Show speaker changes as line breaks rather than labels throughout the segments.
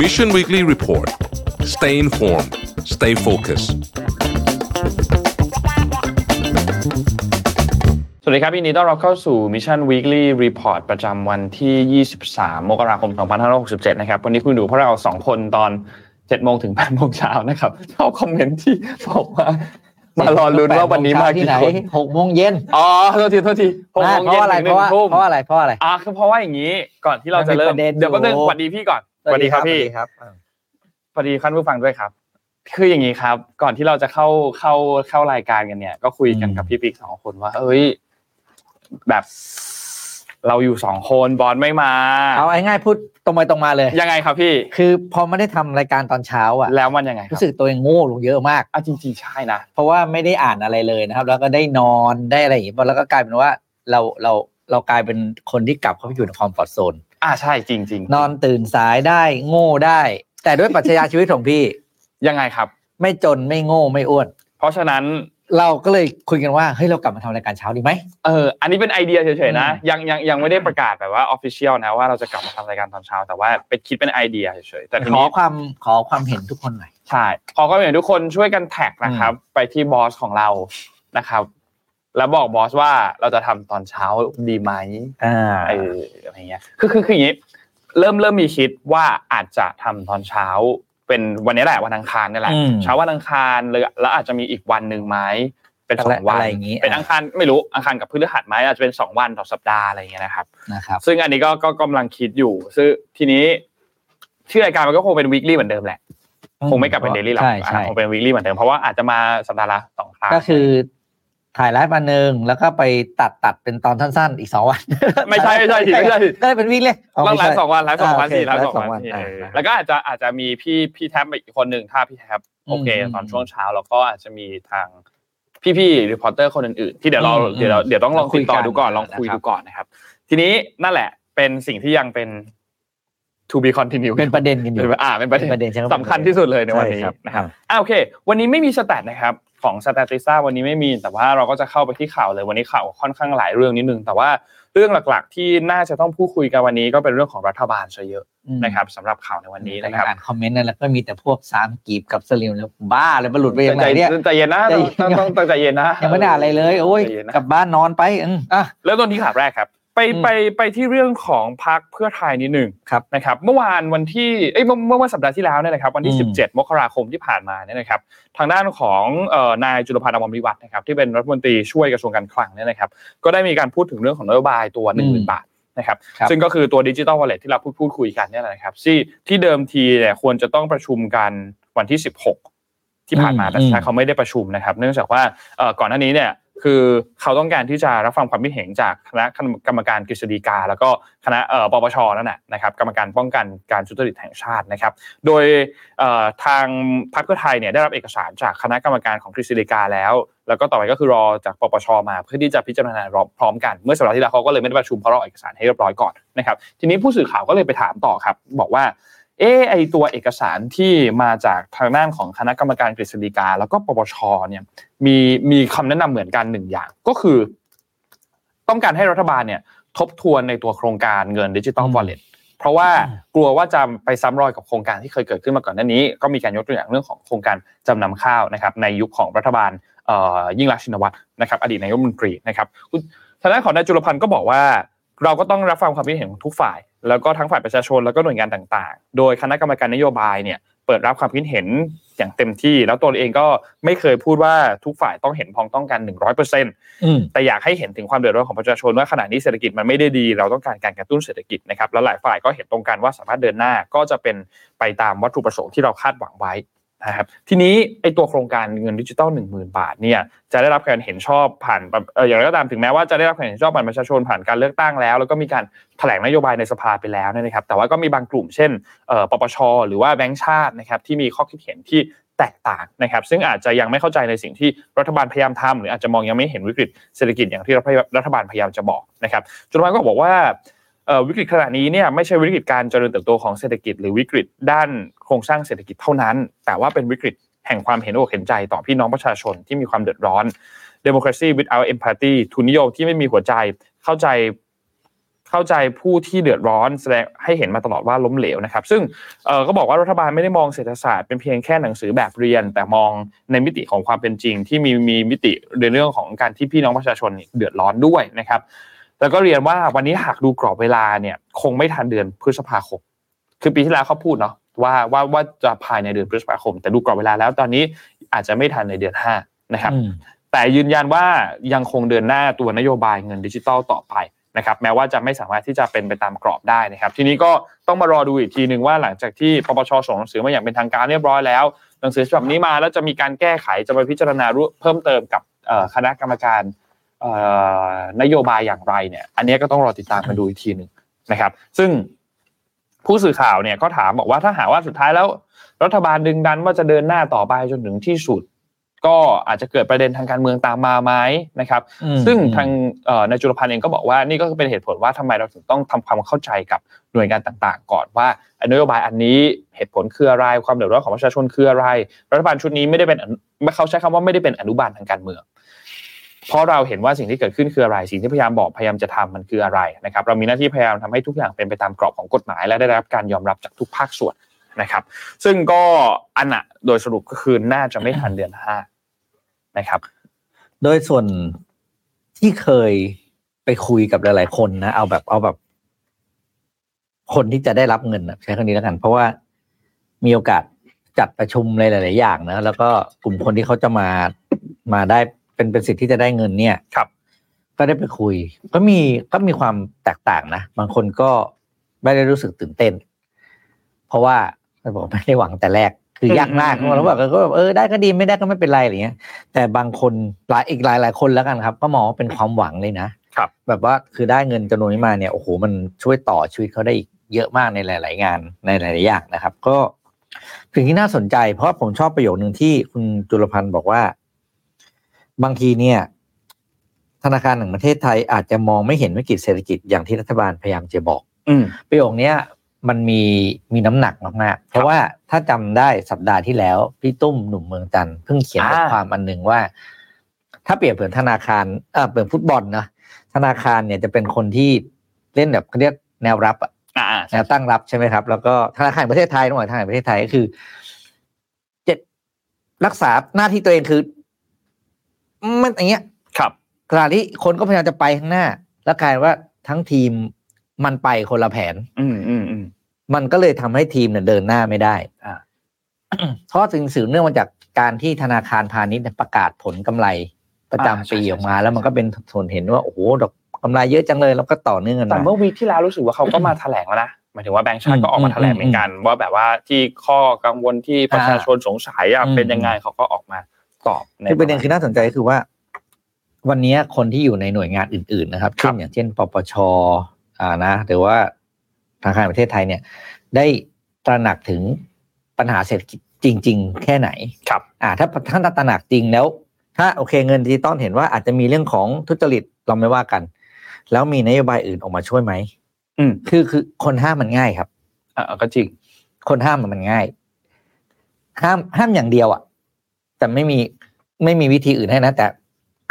Mission Weekly Report. Stay informed. Stay focused.
สวัสดีครับยินดีต้อนรับเข้าสู่ Mission Weekly Report ประจำวันที่ 23 มกราคม 2567 นะครับ วันนี้คุณดูพวกเรา 2 คนตอน 7 โมงถึง 8 โมงเช้านะครับ ชอบคอมเมนต์ที่ บอกว่า มารอลุ้นว่าวันนี้มา
ที่
กี่
ไหน
คน
หกโมงเย็น
อ๋อโทษทีโทษทีหกโมง
ไม่เพ
เย็น
ราะอะไร
ถึงห
เพ
นึ่ง
ราะว่า
ทุ่ม
เพราะอะไรเพราะอะไร
อ่าคือเพราะว่าอย่างนี้ก่อนที่เราจะเริ่ม
มันมีประเด็นอยู่
เดี๋ยวก็เริ่มสวัสดีพี่ก่อนพี่
ครับ
สวัสดีท่านผู้ฟังด้วยครับ คืออย่างนี้ครับ ก่อนที่เราจะเข้าเข้าเข้ารายการกันเนี่ย ก็คุยกันกับพี่ปิ๊กสองคนว่า เอ้ย แบบ เราอยู่สองคนบอลไม่มา
เอาง่ายๆพูดตรงไปตรงมาเลย
ยังไงครับพี่
คือพอไม่ได้ทำรายการตอนเช้าอ่ะ
แล้วมันยังไงครั
รู้
บ
สึกตัวเองโง่ลงเยอะมาก
อ่ะจริงๆใช่นะ
เพราะว่าไม่ได้อ่านอะไรเลยนะครับ แล้วก็ได้นอนได้อะไรอย่างงี้แล้วก็กลายเป็นว่าเราเราเรากลายเป็นคนที่กลับเข้าไปอยู่ในคอมฟอร์ทโซน
อ่ะใช่จริงจริง
นอนตื่นสายได้โง่ได้ แต่ด้วยปรัชญาชีวิตของพี่
ยังไงครับ
ไม่จนไม่โง่ไม่อ้วน
เพราะฉะนั้น
เราก็เลยคุยกันว่าเฮ้ยเรากลับมาทำรายการเช้าดีไหม
เออ อันนี้เป็นไอเดียเฉยๆนะ
อืม
ยังยังยังไม่ได้ประกาศแบบว่าออฟฟิเชียลนะว่าเราจะกลับมาทำรายการตอนเช้า แต่ว่าเป็นคิดเป็นไอเดียเฉยๆแต่ที
ขอ
นี้
ความขอความเห็นทุกคนหน่อย
ใช่ขอความเห็นทุกคนช่วยกันแท็กนะครับ ไปที่บอสของเรานะครับ แล้วบอกบอสว่าเราจะทำตอนเช้าดีไหม
อ่า
เอออะไรเงี้ยคือคือคืออย่างนี้ เริ่มเริ่มมีคิดว่าอาจจะทำตอนเช้า เป็นวันนี้แหละวันอังคารนี่แหละ
อืม
เช้าวันอังคารเลยแล้วอาจจะมีอีกวันหนึ่งไหมเป็นสอง
อะไร
วัน
อะไรอย่างงี้
เป็น
อ่ะ
อังคารไม่รู้อังคารกับพฤหัสไหมอาจจะเป็นสองวันต่อสัปดาห์อะไรเงี้ยนะครับ
นะครับ
ซึ่งอันนี้ก็ก็ก็กำลังคิดอยู่ ซึ่งทีนี้ชื่อรายการมันก็คงเป็น weekly เหมือนเดิมแหละ
อืม
คงไม่กลับเป็น daily หรอก
ใช่ใช่
อ่ะคงเป็น weekly เหมือนเดิม เพราะว่าอาจจะมาสัปดาห์ละสองครั้ง
ก็คือถ่ายไลฟ์มาหนึ่งแล้วก็ไปตัดตัดเป็นตอนสั้นๆ อีกสองวัน
ไม่ใช่ไม่ใช่สิไม่ใช่สิ
ก็เลยเป็นวิ่งเลยอ๋อ
ต้อง
ไม่
ไล
ใช่
ฟ์สองวันไลฟ์สองวัน
อ่าโอเค
สี่ไลฟ์สอง
ไลฟ์สองวั
วัน
น
เออ
อ่า
แล้วก็อาจจะอาจจะมีพี่พี่แท็บอีกคนหนึ่งถ้าพี่แท็บโอเค
อืม
ตอนช่วงเช้าแล้วก็อาจจะมีทางพี่ๆรีพอร์เตอร์คนอื่นๆที่เดี๋ยวเรา
อืม
เดี๋ยวเราเดี๋ยวต้องลอง
คุ
คุย
ย
ต่อ
กัน
ดูก่อนลองคุย
นะครับ
ดูก่อนนะครับ ทีนี้นั่นแหละเป็นสิ่งที่ยังเป็น to be continue
เป็นประเด็นกันอยู่
อ่าเป็นประเด็น
เป็นประเด็นใช่ครับ
สำคัญที่สุดเลยในวันนี้
ใช่ครับ
นะครับ
อ่า
อ่าโอเค วันนี้ไม่มีสแตทนะครับของสแตติซ่าวันนี้ไม่มีแต่ว่าเราก็จะเข้าไปที่ข่าวเลยวันนี้ข่าวค่อนข้างหลายเรื่องนิดนึงแต่ว่าเรื่องหลักๆ ที่น่าจะต้องพูดคุยกันวันนี้ก็เป็นเรื่องของรัฐบาลซะเยอะ
อืม
นะครับสำหรับข่าวในวันนี้
แต่
นะครับ
อ่านคอมเมนต์นั่นแล้วก็มีแต่พวกสามกีบกับสลิมแล้วบ้าเลยมันหลุดไปยัง
ใจ
ไงเนี่ย
ใจเย็นนะต้องต้องต้องต้องใจเย็นนะ
ยังไม่ได้อ่านอะไรเลย โอ้ย
ใจเนนะ
กลับบ้านนอนไปอืมอ่ะ
เริ่มต้นที่ข่าวแรกครับ ไป
อืม
ไปไปที่เรื่องของพักเพื่อไทยนิดหนึ่ง
ครับ
นะครับ เมื่อวานวันที่เอ้ยเมื่อเมื่อวันสัปดาห์ที่แล้วเนี่ยนะครับ วันที่
อืม
17 มกราคมที่ผ่านมาเนี่ยนะครับ ทางด้านของเอ่อนายจุลพันธ์อมรวิวัฒน์นะครับที่เป็นรัฐมนตรีช่วยกระทรวงการคลังเนี่ยนะครับ ก็ได้มีการพูดถึงเรื่องของนโยบายตัว 1 0,000 บาทนะครับ
ครับ
ซึ่งก็คือตัวดิจิ t a ลวอลเล็ตที่เราพูดพูดคุยกันเนี่ยแหละนะครับที่ที่เดิมทีเนี่ยควรจะต้องประชุมกันวันที่ 16 ที่ผ่านมา
อืม
แต่ใช้เขาไม่ได้ประชุมนะครับ เนื่องจากว่าเอ่อก่อนหน้านี้เนี่ยคือเขาต้องการที่จะรับฟังความคิดเห็นจากคณะกรรมการกฤษฎีกา แล้วก็คณะเอ่อปปชนั่นแหละนะครับกรรมการป้องกันการทุจริตแห่งชาตินะครับ โดยเอ่อทางพรรคเพื่อไทยเนี่ยได้รับเอกสารจากคณะกรรมการของกฤษฎีกาแล้ว แล้วก็ต่อไปก็คือรอจากปปชมาเพื่อที่จะพิจารณารอบพร้อมกัน เมื่อสัปดาห์ที่แล้วเขาก็เลยไม่ได้ประชุมเพราะรอเอกสารให้เรียบร้อยก่อนนะครับ ทีนี้ผู้สื่อข่าวก็เลยไปถามต่อครับ บอกว่า เออไอตัวเอกสารที่มาจากทางด้านของคณะกรรมการกฤษฎีกา แล้วก็ปปชเนี่ยมีมีคำแนะนำเหมือนกันหนึ่งอย่าง ก็คือ ต้องการให้รัฐบาลเนี่ย ทบทวนในตัวโครงการเงินดิจิตอล
อืม
วอลเล็ต เพราะว่ากลัวว่าจะไปซ้ำรอยกับโครงการที่เคยเกิดขึ้นมาก่อนหน้านี้ ก็มีการยกตัวอย่างเรื่องของโครงการจำนำข้าวนะครับในยุคของรัฐบาลเอ่อยิ่งรักษณ์ชินวัตรนะครับอดีตนายกรัฐมนตรีนะครับคุณทางด้านของนายจุลพันธ์ก็บอกว่า เราก็ต้องรับฟังความคิดเห็นของทุกฝ่าย แล้วก็ทั้งฝ่ายประชาชนแล้วก็หน่วยงานต่างๆ โดยคณะกรรมการนโยบายเนี่ยเปิดรับความคิดเห็นอย่างเต็มที่ แล้วตัวเองก็ไม่เคยพูดว่าทุกฝ่ายต้องเห็นพ้องต้องกัน100%
อืม
แต่อยากให้เห็นถึงความเดือดร้อนของประชาชนว่าขณะนี้เศรษฐกิจมันไม่ได้ดี เราต้องการการกระตุ้นเศรษฐกิจนะครับแล้วหลายฝ่ายก็เห็นตรงกันว่าสามารถเดินหน้าก็จะเป็นไปตามวัตถุประสงค์ที่เราคาดหวังไว้นะครับทีนี้ไอตัวโครงการเงินดิจิตอล1 0,000 บาทเนี่ยจะได้รับการเห็นชอบผ่านเอ่ออย่างไรก็ตามถึงแม้ว่าจะได้รับการเห็นชอบผ่านประชาชนผ่านการเลือกตั้งแล้ว แล้วก็มีการแถลงนโยบายในสภาไปแล้วเนยนะครับแต่ว่าก็มีบางกลุ่มเช่น เอ่อปปชหรือว่าแบงก์ชาตินะครับที่มีข้อคิดเห็นที่แตกต่างนะครับ ซึ่งอาจจะยังไม่เข้าใจในสิ่งที่รัฐบาลพยายามทำหรืออาจจะมองยังไม่เห็นวิกฤตเศรษฐกิจอย่างที่รัฐบาลพยายามจะบอกนะครับจุลพันธ์ก็บอกว่าเอ่อวิกฤตขณะนี้เนี่ยไม่ใช่วิกฤตการเจริญเติบโตของเศรษฐกิจ หรือวิกฤตด้านโครงสร้างเศรษฐกิจเท่านั้น แต่ว่าเป็นวิกฤตแห่งความเห็นอกเห็นใจต่อพี่น้องประชาชนที่มีความเดือดร้อน democracy without empathy ทุนนิยมที่ไม่มีหัวใจเข้าใจ เข้าใจผู้ที่เดือดร้อนแสดงให้เห็นมาตลอดว่าล้มเหลวนะครับ ซึ่งเอ่อก็บอกว่ารัฐบาลไม่ได้มองเศรษฐศาสตร์เป็นเพียงแค่หนังสือแบบเรียน แต่มองในมิติของความเป็นจริง ที่มีมีมิติในเรื่องของการที่พี่น้องประชาชนเนี่ยเดือดร้อนด้วยนะครับ แล้วก็เรียนว่าวันนี้หากดูกรอบเวลาเนี่ยคงไม่ทันเดือนพฤษภาคม คือปีที่แล้วเขาพูดเนาะว่าว่าว่าจะภายในเดือนพฤษภาคม แต่ดูกรอบเวลาแล้วตอนนี้อาจจะไม่ทันในเดือนห้านะครับ
อืม
แต่ยืนยันว่ายังคงเดินหน้าตัวนโยบายเงินดิจิทัลต่อไปนะครับแม้ว่าจะไม่สามารถที่จะเป็นไปตามกรอบได้นะครับ ทีนี้ก็ต้องมารอดูอีกทีหนึ่งว่าหลังจากที่ปปชส่งหนังสือมาอย่างเป็นทางการเรียบร้อยแล้ว หนังสือฉบับนี้มาแล้วจะมีการแก้ไขจะไปพิจารณาร่วมเพิ่มเติมกับเอ่อคณะกรรมการเอ่อนโยบายอย่างไรเนี่ย อันนี้ก็ต้องรอติดตามมาดูอีกทีหนึ่งนะครับ ซึ่งผู้สื่อข่าวเนี่ยก็ถามบอกว่าถ้าหากว่าสุดท้ายแล้ว รัฐบาลดึงดันว่าจะเดินหน้าต่อไปจนถึงที่สุด ก็อาจจะเกิดประเด็นทางการเมืองตามมาไหมนะครับ ซึ่งทางเอ่อนายจุลพันธ์เองก็บอกว่านี่ก็เป็นเหตุผลว่าทำไมเราถึงต้องทำความเข้าใจกับหน่วยงานต่างๆ ก่อนว่านโยบายอันนี้เหตุผลคืออะไรความเดือดร้อนของประชาชนคืออะไร รัฐบาลชุดนี้ไม่ได้เป็นอนุไม่เขาใช้คำว่าไม่ได้เป็นอนุบาลทางการเมือง เพราะเราเห็นว่าสิ่งที่เกิดขึ้นคืออะไร สิ่งที่พยายามบอกพยายามจะทำมันคืออะไรนะครับ เรามีหน้าที่พยายามทำให้ทุกอย่างเป็นไปตามกรอบของกฎหมาย และได้รับการยอมรับจากทุกภาคส่วนนะครับ ซึ่งก็อันน่ะโดยสรุปก็คือน่าจะไม่ทันเดือนห้านะครับ
โดยส่วนที่เคยไปคุยกับหลาย ๆ คนนะ เอาแบบเอาแบบ คนที่จะได้รับเงินนะใช้คำนี้แล้วกัน เพราะว่ามีโอกาสจัดประชุมอะไรหลาย ๆ อย่างนะ แล้วก็กลุ่มคนที่เขาจะมามาได้เป็นเป็นสิทธิ์ที่จะได้เงินเนี่ย
ครับ
ก็ได้ไปคุย ก็มีก็มีความแตกต่างนะ บางคนก็ไม่ได้รู้สึกตื่นเต้น เพราะว่าเขาบอกไม่ได้หวังแต่แรก คือยากมาก
อืม
แล้วบอกก็แบบเออได้ก็ดีไม่ได้ก็ไม่เป็นไรอะไรเงี้ย แต่บางคนหลายอีกหลายหลายคนแล้วกันครับ ก็มองว่าเป็นความหวังเลยนะครับ แบบว่าคือได้เงินจำนวนนี้มาเนี่ยโอ้โหมันช่วยต่อชีวิตเขาได้อีกเยอะมากในหลาย ๆ งานในหลาย ๆ อย่างนะครับ ก็ถึงที่น่าสนใจ เพราะผมชอบประโยคหนึ่งที่คุณจุลพันธ์บอกว่า บางทีเนี่ย ธนาคารแห่งประเทศไทยอาจจะมองไม่เห็นวิกฤตเศรษฐกิจอย่างที่รัฐบาลพยายามจะบอก
อืม
ประโยคเนี้ยมันมีมีน้ำหนักมากๆ เพราะว่าถ้าจำได้สัปดาห์ที่แล้ว พี่ตุ้มหนุ่มเมืองจันทร์เพิ่งเขียนบท
อ่า
ความอันหนึ่งว่า ถ้าเปรียบเผือนธนาคารเออเปรียบฟุตบอลนะธนาคารเนี่ยจะเป็นคนที่เล่นแบบเขาเรียกแนวรับอะ
อ่า
แนวตั้งรับใช่ไหมครับ แล้วก็ธนาคารแห่งประเทศไทยต้องบอกธนาคารแห่งประเทศไทยก็คือเจ็ดรักษาหน้าที่ตัวเองคือมันอย่างเงี้ย
ครับ
ขณะที่คนก็พยายามจะไปข้างหน้า แล้วกลายเป็นว่าทั้งทีมมันไปคนละแผน
อืมอืมอืม
มันก็เลยทำให้ทีมเนี่ยเดินหน้าไม่ได้
อ่า
เพราะถึงสืบเนื่องมาจากการที่ธนาคารพาณิชย์เนี่ยประกาศผลกำไรประจำปีออกมา แล้วมันก็เป็นส่วนเห็นว่า โอ้โหดอกกำไรเยอะจังเลยแล้วก็ต่อเนื่องกัน
แต่
มา
เมื่อวีคที่แล้วรู้สึกว่าเขาก็มาแถลงแล้วนะหมายถึงว่าแบงก์ชาติ
อืม
ก็ออกมาแถลงเหมือนกัน ว่าแบบว่าที่ข้อกังวลที่ประชาชนสงสัยอะ
อ่า
เป็นยังไงเขาก็ออกมาตอบใน
คือประเด็นคือน่าสนใจก็คือว่า วันนี้คนที่อยู่ในหน่วยงานอื่น ๆ นะครับ
ครั
เช่
บ
นอย่างเช่น ปปชอ่านะหรือว่าธนาคารแห่งประเทศไทยเนี่ย ได้ตระหนักถึงปัญหาเศรษฐกิจจริง ๆ แค่ไหน
ครับ
อ่าถ้าท่านตระหนักจริงแล้ว ถ้าโอเคเงินดิจิตอลเห็นว่าอาจจะมีเรื่องของทุจริตเราไม่ว่ากัน แล้วมีนโยบายอื่นออกมาช่วยไหม
อืม
คือคือคนห้ามมันง่ายครับ
อ่าก็จริง
คนห้ามมันง่าย ห้ามห้ามอย่างเดียวอะ่ะ แต่ไม่มีไม่มีวิธีอื่นให้นะ แต่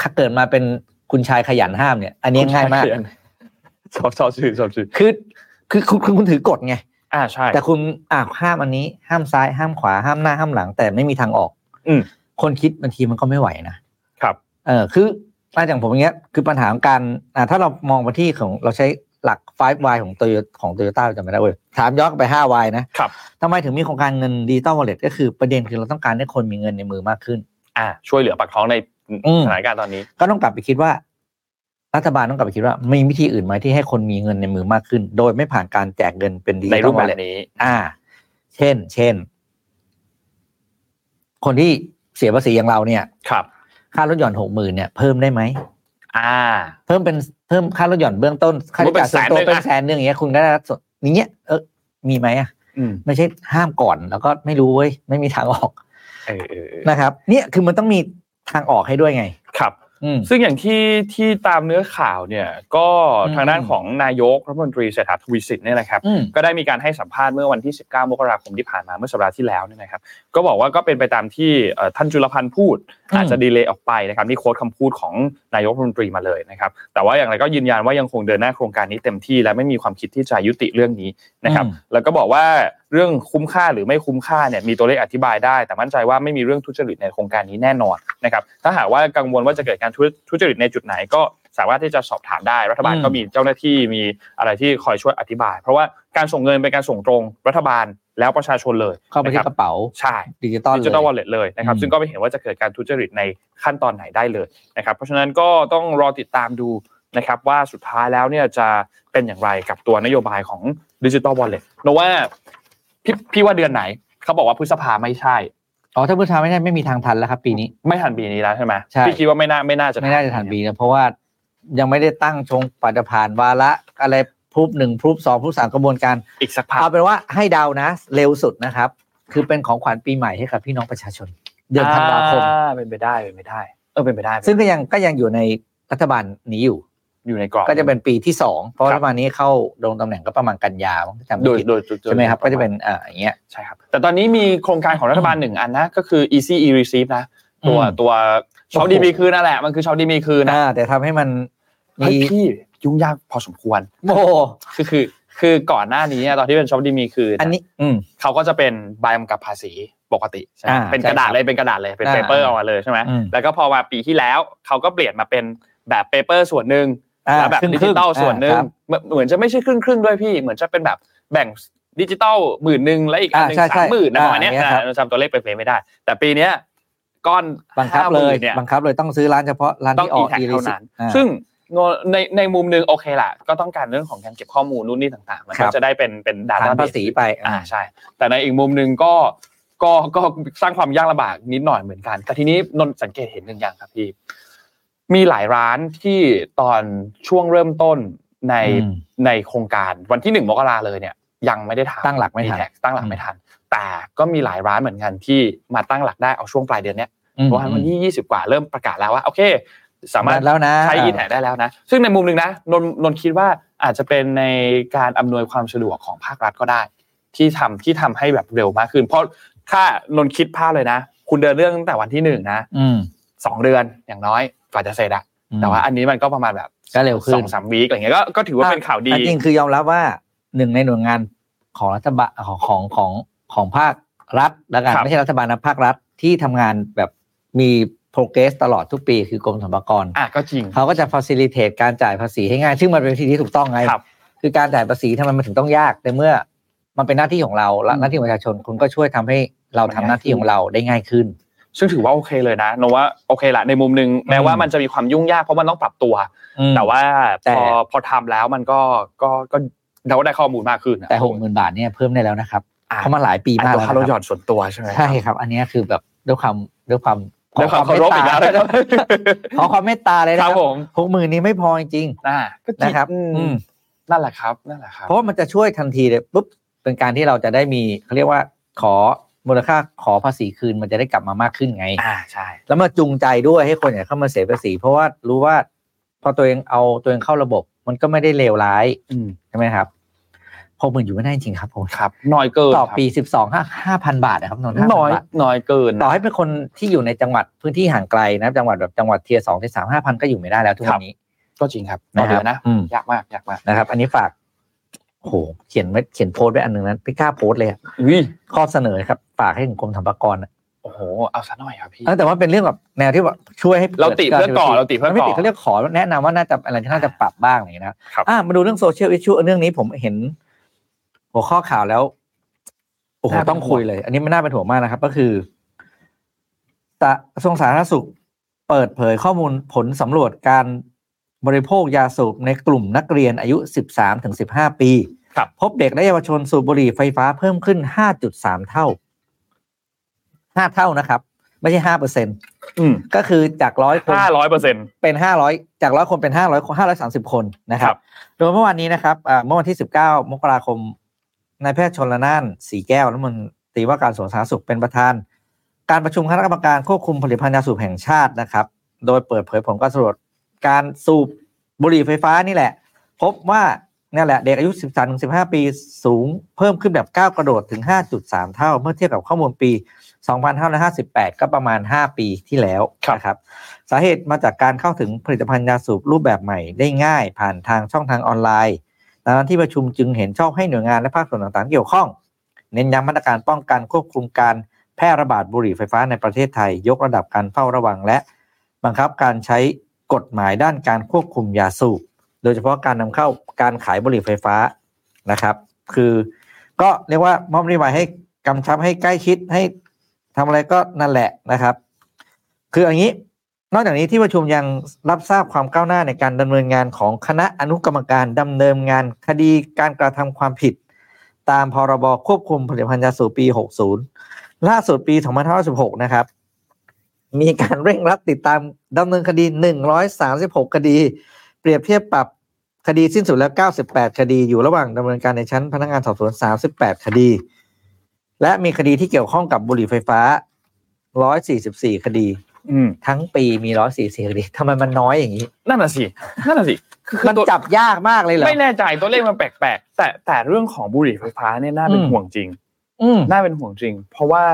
ถ้าเกิดมาเป็นคุณชายขยันห้ามเนี่ย อันนี้ง่ายมาก
คุณชเขีน ชอบชอบชื่อชอบชื่อ
คือคือคุณคุณคุณถือกฎไง
อ่าใช่
แต่คุณอ่าห้ามอันนี้ ห้ามซ้ายห้ามขวาห้ามหน้าห้ามหลัง แต่ไม่มีทางออก
อืม
คนคิดบางทีมันก็ไม่ไหวนะ
ครับ
เออคือมาอย่างผมอย่างเงี้ยคือปัญหาของการอ่าถ้าเรามองไปที่ของเราใช้หลัก 5Y ของโตโยของโตโยต้าจำไม่ได้เว้ยถามย้อนกลับไป 5Y นะครับ ทำไมถึงมีโครงการเงินดิจิตอลวอลเล็ตก็คือประเด็นคือเราต้องการให้คนมีเงินในมือมากขึ้น
อ่าช่วยเหลือปากท้องใน
อืม
สถานการณ์ตอนนี้
ก็ต้องกลับไปคิดว่า รัฐบาลต้องกลับไปคิดว่ามีวิธีอื่นไหมที่ให้คนมีเงินในมือมากขึ้น โดยไม่ผ่านการแจกเงินเป็นดิ
ใน
จิตอ
รู
ล
ป
ว
แบ
อลเล็ต
บนี้
อ่า เช่น เช่น คนที่เสียภาษีอย่างเราเนี่ย
ครับ
ค่ารถหย่อนหกหมื่นเนี่ยเพิ่มได้ไหม
อ่า
เพิ่มเป็นเพิ่มค่าลดหย่อนเบื้องต้นค่าใช้จ่ายส่วนตัว
เป็
เป็น น
แส
แส
นห
นห
นึ่
นึ่
ง
งอย่างเงี้ยคุณก็ได้รับส่วนอย่างเงี้ยเออมีไหมอ่ะ
อืม
ไม่ใช่ห้ามก่อนแล้วก็ไม่รู้เว้ยไม่มีทางออก
เออเออเออ
นะครับ เนี่ยคือมันต้องมีทางออกให้ด้วยไง
ครับ
อืม
ซึ่งอย่างที่ที่ตามเนื้อข่าวเนี่ยก็
อืม
ทางด้านของนายกรัฐมนตรีเศรษฐาทวีสินเนี่ยนะครับ
อืม
ก็ได้มีการให้สัมภาษณ์เมื่อวันที่ 19 มกราคมที่ผ่านมาเมื่อสัปดาห์ที่แล้วเนี่ยนะครับ ก็บอกว่าก็เป็นไปตามที่เอ่อท่านจุลพันธ์พูด
อืม
อาจจะดีเลย์ออกไปนะครับนี่โค้ดคำพูดของนายกรัฐมนตรีมาเลยนะครับ แต่ว่าอย่างไรก็ยืนยันว่ายังคงเดินหน้าโครงการนี้เต็มที่และไม่มีความคิดที่จะยุติเรื่องนี้นะครับ แล้วก็บอกว่าเรื่องคุ้มค่าหรือไม่คุ้มค่าเนี่ยมีตัวเลขอธิบายได้ แต่มั่นใจว่าไม่มีเรื่องทุจริตในโครงการนี้แน่นอนนะครับ ถ้าหากว่ากังวลว่าจะเกิดการทุทุจริตในจุดไหนก็สามารถที่จะสอบถามได้รัฐบาล
อืม
ก็มีเจ้าหน้าที่มีอะไรที่คอยช่วยอธิบาย เพราะว่าการส่งเงินเป็นการส่งตรงรัฐบาลแล้วประชาชนเลย
เข้าไป
นะค
ที่
บ
กระเป๋า
ใช่
ดิจิตอล
ดิจิทัลวอล
เลย
เล็ตเลยนะครับ
อืม
ซึ่งก็ไม่เห็นว่าจะเกิดการทุจริตในขั้นตอนไหนได้เลยนะครับเพราะฉะนั้นก็ต้องรอติดตามดูนะครับว่าสุดท้ายแล้วเนี่ยจะเป็นอย่างไรกับตัวนโยบายของดิจิทัลวอลเล็ตเพราะว่าพี่พี่ว่าเดือนไหนเขาบอกว่าพฤษภาไม่ใช่
อ๋อถ้าพูดทางไม่ได้ไม่มีทางทันแล้วครับ ปีนี้
ไม่ทันปีนี้แล้วใช่ไหม
ใช่
พี่คิดว่าไม่น่าไม่น่าจะ
ไม่น่าจะทันปีนะเพราะว่ายังไม่ได้ตั้งชงปัจผ่านวาระอะไรพรูปหนึ่งพรูปสองพรูปสามกระบวนการ
อีกสักพัก
เอาเป็นว่าให้เดาวนะ เร็วสุดนะครับ คือเป็นของขวัญปีใหม่ให้กับพี่น้องประชาชน เดือนธันวาคม
อ่เป็นไปได้เป็นไปได้เออเป็นไปได้
ซึ่งก็ยังก็ยังอยู่ในรัฐบาลนี้อยู่
อยู่ในกรอบ
ก็จะเป็นปีที่สองเพ
ค
ราะ
รับ
รัฐบาลนี้เข้าดำรงตำแหน่งก็ประมาณกันยามั้งถ้าจำ
โด
ไม่
ย
ผิด
โดยโดย
ใช่ไหมครับ ก็จะเป็นเอ่ออย่างเงี้ย
ใช่ครับ แต่ตอนนี้มีโครงการของรัฐบาลหนึ่งอันนะ ก็คือ easy e receive นะ ตัว
อืม
ตัว
โอ้โห
เช้าดีมีคืนนั่นแหละ มันคือเช้าดีมีคืนนะ
อ่าแต่ทำให้มัน
เฮ้
มี
ยพี่ยุ่งยากพอสมควร
โมโห
คือคือคือก่อนหน้านี้อะตอนที่เป็นเช้าดีมีคืน
อันนี้ อืม
เขาก็จะเป็นใบกำกับภาษีปกติใช่ไหม
อ่า
เป็นกระดาษ
ใช่ครับ
เลยเป็นกระดาษเลยเป็น
อ่า
เปเปอร์ออกมาเลยใช่ไหม
อืม
แล้วก็พอมาปีที่แล้วเขาก็เปลี่ยนมาเป็นแบบเปเปอร์ส่วนหนึ่ง
อ่า
แล้วแบบ
ครึ่ง
ดิ
ๆ
จิตอลส่วนหนึ่ง
อ่าครับ
เหมือนเหมือนจะไม่ใช่ครึ่งครึ่งๆด้วยพี่ เหมือนจะเป็นแบบแบ่งดิจิตอลหมื่นหนึ่งและอีกอันหนึ่ง
อ่าใช่ใช่
สามหมื่นนะป
อ่า
ระมาณเนี้ย
อย่างเงี้ยครับ
อ่าจำตัวเลขเป๊ะๆไม่ได้ แต่ปีเนี้ยก้อน
บังคับ
50,000
เลย
เนี่ย
บังคับเลยต้องซื้อร้านเฉพาะร้าน
ต้อง
ที่อ
อี
อก
แท็ก
อี
เท่านั้น
อ่า
ซึ่งในในมุมหนึงโอเคล่ะ ก็ต้องการเรื่องของการเก็บข้อมูลนู่นนี่ต่างๆ มัน
ครั
ก็
บ
จะได้เป็นเป็นดา
ฐา
ต้าน
ภาษีไป
อ่าใช่ แต่ในอีกมุมหนึ่งก็ก็ก็สร้างความยากลำบากนิดหน่อยเหมือนกัน แต่ทีนี้นนท์สังเกตเห็นหนึ่งอย่างครับพี่ มีหลายร้านที่ตอนช่วงเริ่มต้นใน
อืม
ในโครงการวันที่หนึ่งมกราเลยเนี่ยยังไม่ได้ทำ
ตั้งหลักไม่ทัน
แท็กตั้งหลักไม่ทัน แต่ก็มีหลายร้านเหมือนกันที่มาตั้งหลักได้เอาช่วงปลายเดือนเนี้ย
อืม
เพราะว่าวันที่ยี่สิบกว่าเริ่มประกาศแล้วว่าโอเค สามารถ
แล้วนะ
ใช้อีแท็กได้แล้วนะ ซึ่งในมุมหนึ่งนะนนนนคิดว่าอาจจะเป็นในการอำนวยความสะดวกของภาครัฐก็ได้ ที่ทำที่ทำให้แบบเร็วมากขึ้น เพราะถ้านนคิดภาพเลยนะ คุณเดินเรื่องตั้งแต่วันที่หนึ่งนะ
อืม
สองเดือนอย่างน้อยกว่าจะเสร็จอะแต่ว่าอันนี้มันก็ประมาณแบบ
ก็เร็วขึ้น
สองสามวีคอะไรเงี้ยก็ก็ถือว่าเป็นข่าวดี
แต่จริงคือยอมรับว่าหนึ่งในหน่วยงานของรัฐบาลของของของของภาครัฐแล้วกัน
ครับ
ไม่ใช่รัฐบาลนะภาครัฐที่ทำงานแบบมีโปรเกรสตลอดทุกปีคือกรมสรรพากร
อ่ะก็จริง
เขาก็จะ facilitate การจ่ายภาษีให้ง่าย ซึ่งมันเป็นวิธีที่ถูกต้องไง
ครับ
คือการจ่ายภาษีทำไมมันถึงต้องยากในเมื่อ มันเป็นหน้าที่ของเราและหน้าที่ของประชาชนคุณก็ช่วยทำให้เราทำหน้าที่ของเราได้ง่ายขึ้น
ซึ่งถือว่าโอเคเลยนะโนว่าโอเคละในมุมหนึ่งแม้ว่ามันจะมีความยุ่งยากเพราะมันต้องปรับตัว แต่ว่า
แต่
พอพอทำแล้วมันก็ก็ก็เราก็ได้ข้อมูลมากขึ้นอะ
แต่หกหมื่นบาทเนี่ยเพิ่มได้แล้วนะครับ
อ่ะ
เพราะมันหลายปี
ไอ้
มาก
ตัว
แล้ว
ค่ารถ
นะ
ห
ค
ย่
รั
อบนส่วนตัวใช่ไหม
ใช่ครับ อันนี้คือแบบด้วยความด้วยความ
ด้วยความเคารพอีกแล้วนะครับ
ขอความเมตตาเลย
ค
นะ
รับ
ครั
ผ
บ
ม
หกหมื่นนี้ไม่พอจริง
อ่ะก็จ
ๆนะครับ
อืม
อืม
นั่นแหละครับนั่นแหละครับ
เพราะว่ามันจะช่วยทันทีเลยปุ๊บเป็นการที่เราจะได้มีเขาเรียกว่าขอมูลค่าขอภาษีคืนมันจะได้กลับมามากขึ้นไง
อ่าใช่
แล้วมาจูงใจด้วยให้คนอยากเข้ามาเสียภาษี เพราะว่ารู้ว่าพอตัวเองเอาตัวเองเข้าระบบ มันก็ไม่ได้เลวร้าย
อืม
ใช่ไหมครับหกหมื่นอยู่ไม่ได้จริงๆครับผม
ครับน้อยเกิน
ต่อ
ครับ
ปีสิบสองห้าห้าพันบาทนะครับนนท์ห้า
น้
พั
อน ย
บาท
น้อยเกิน
ต่
นะ
อให้เป็นคนที่อยู่ในจังหวัดพื้นที่ห่างไกลนะครับจังหวัดแบบจังหวัดเทียสองเทียสามห้าพันก็อยู่ไม่ได้แล้วทุก
ครั
วั
บ
นนี้
ก็จริงครับต่อ
นะค
เดือ
รั
บ นนะ
อืม
ยากมากยากมาก
นะครับ อันนี้ฝากโอ้โหเขียนไว้เขียนโพสต์ไว้อันหนึ่งนั้นไม่กล้าโพสต์เลยอะ
อุ้ย
ข้อเสนอครับฝากให้ถึงกรมสรรพากรอะ
โอ้โหเอาซะหน่อยครับพี่
เออแต่ว่าเป็นเรื่องแบบแนวที่แบบช่วยให้
เราติด
กิ
เพื่อก่อเราติดเพื่อ
ไม่
ก่อ
ติดเขาเรียกขอแนะนำว่าน่าจะอะไรที่น่าจะปรับบ้างอะไรอย่างเงี้ยนะ
ครับ
อ่ะมาดูเรื่องโซเชียลอิชชูเรื่องนี้ผมเห็น หัวข้อข่าวแล้วโอ้โห
น่าเป็น
ต้องคุยเลย อันนี้มันน่าเป็นห่วงมากนะครับ ก็คือตะกระทรวงสาธารณสุข เปิดเผยข้อมูลผลสำรวจการบริโภคยาสูบในกลุ่มนักเรียนอายุ 13ถึง15 ปี
ครับ
พบเด็กและเยาวชนสูบบุหรี่ไฟฟ้าเพิ่มขึ้น 5.3 เท่า 5 เท่านะครับ ไม่ใช่5เปอร์เซ็น
อืม
ก็คือจากร้อยคน
ห้าร้อยเปอร์เซ็นต์
เป็น 500 จาก 100 คนเป็น 500คน530 คนนะครั
ครับ บ
โดยเมื่อวานนี้นะครับอ่าเมื่อวันที่ 19 มกราคม นายแพทย์ชนละนานสีแก้วรัฐมนตรีว่าการสวนสาธารณสุขเป็นประธาน การประชุมคณะกรรมการควบคุมผลิตภัณฑ์ยาสูบแห่งชาตินะครับ โดยเปิดเผยผลการสำรวจการสูบบุหรี่ไฟฟ้านี่แหละ พบว่านี่นแหละเด็กอายุ 13-15 ปีสูงเพิ่มขึ้นแบบก้าวกระโดดถึง 5.3 เท่า เมื่อเทียบกับข้อมูลปี 2558 ก็ประมาณ 5 ปีที่แล้ว
ครับ
นะครับ สาเหตุมาจากการเข้าถึงผลิตภัณฑ์ยาสูบรูปแบบใหม่ได้ง่ายผ่านทางช่องทางออนไลน์ดังนั้นที่ประชุมจึงเห็นชอบให้หน่วยงานและภาคส่วนต่างๆที่เกี่ยวข้อง เน้นย้ำมาตรการป้องกันควบคุมการแพร่ระบาดบุหรี่ไฟฟ้าในประเทศไทย ยกระดับการเฝ้าระวังและ บังคับการใช้กฎหมายด้านการควบคุมยาสูบ โดยเฉพาะการนำเข้าการขายบุหรี่ไฟฟ้านะครับ คือก็เรียกว่ามอบนโยบายให้กำชับให้ใกล้ชิดให้ทำอะไรก็นั่นแหละนะครับ คืออย่างนี้ นอกจากนี้ที่ประชุมยังรับทราบความก้าวหน้าในการดำเนินงานของคณะอนุกรรมการดำเนินงานคดีการกระทำความผิด ตามพรบควบคุมผลิตภัณฑ์ยาสูบปี 60 ล่าสุดปี 2516 นะครับ มีการเร่งรัดติดตามดำเนินคดี 136 คดี เปรียบเทียบปรับคดีสิ้นสุดแล้ว 98 คดี อยู่ระหว่างดำเนินการในชั้นพนักงานสอบสวน 38 คดี และมีคดีที่เกี่ยวข้องกับบุหรี่ไฟฟ้า 144 คดี
อืม
ทั้งปีมี 144 คดีทำไมมันน้อยอย่างนี้
นั่นน่ะสินั่นน่ะสิคือ
มัน
ตัว
จับยากมากเลยเหรอ
ไม่แน่ใจตัวเลขมันแปลกๆ แต่แต่เรื่องของบุหรี่ไฟฟ้าเนี่ยน่าเป็น
อืม
ห่วงจริง
อืม
น่าเป็นห่วงจริง เพราะว่า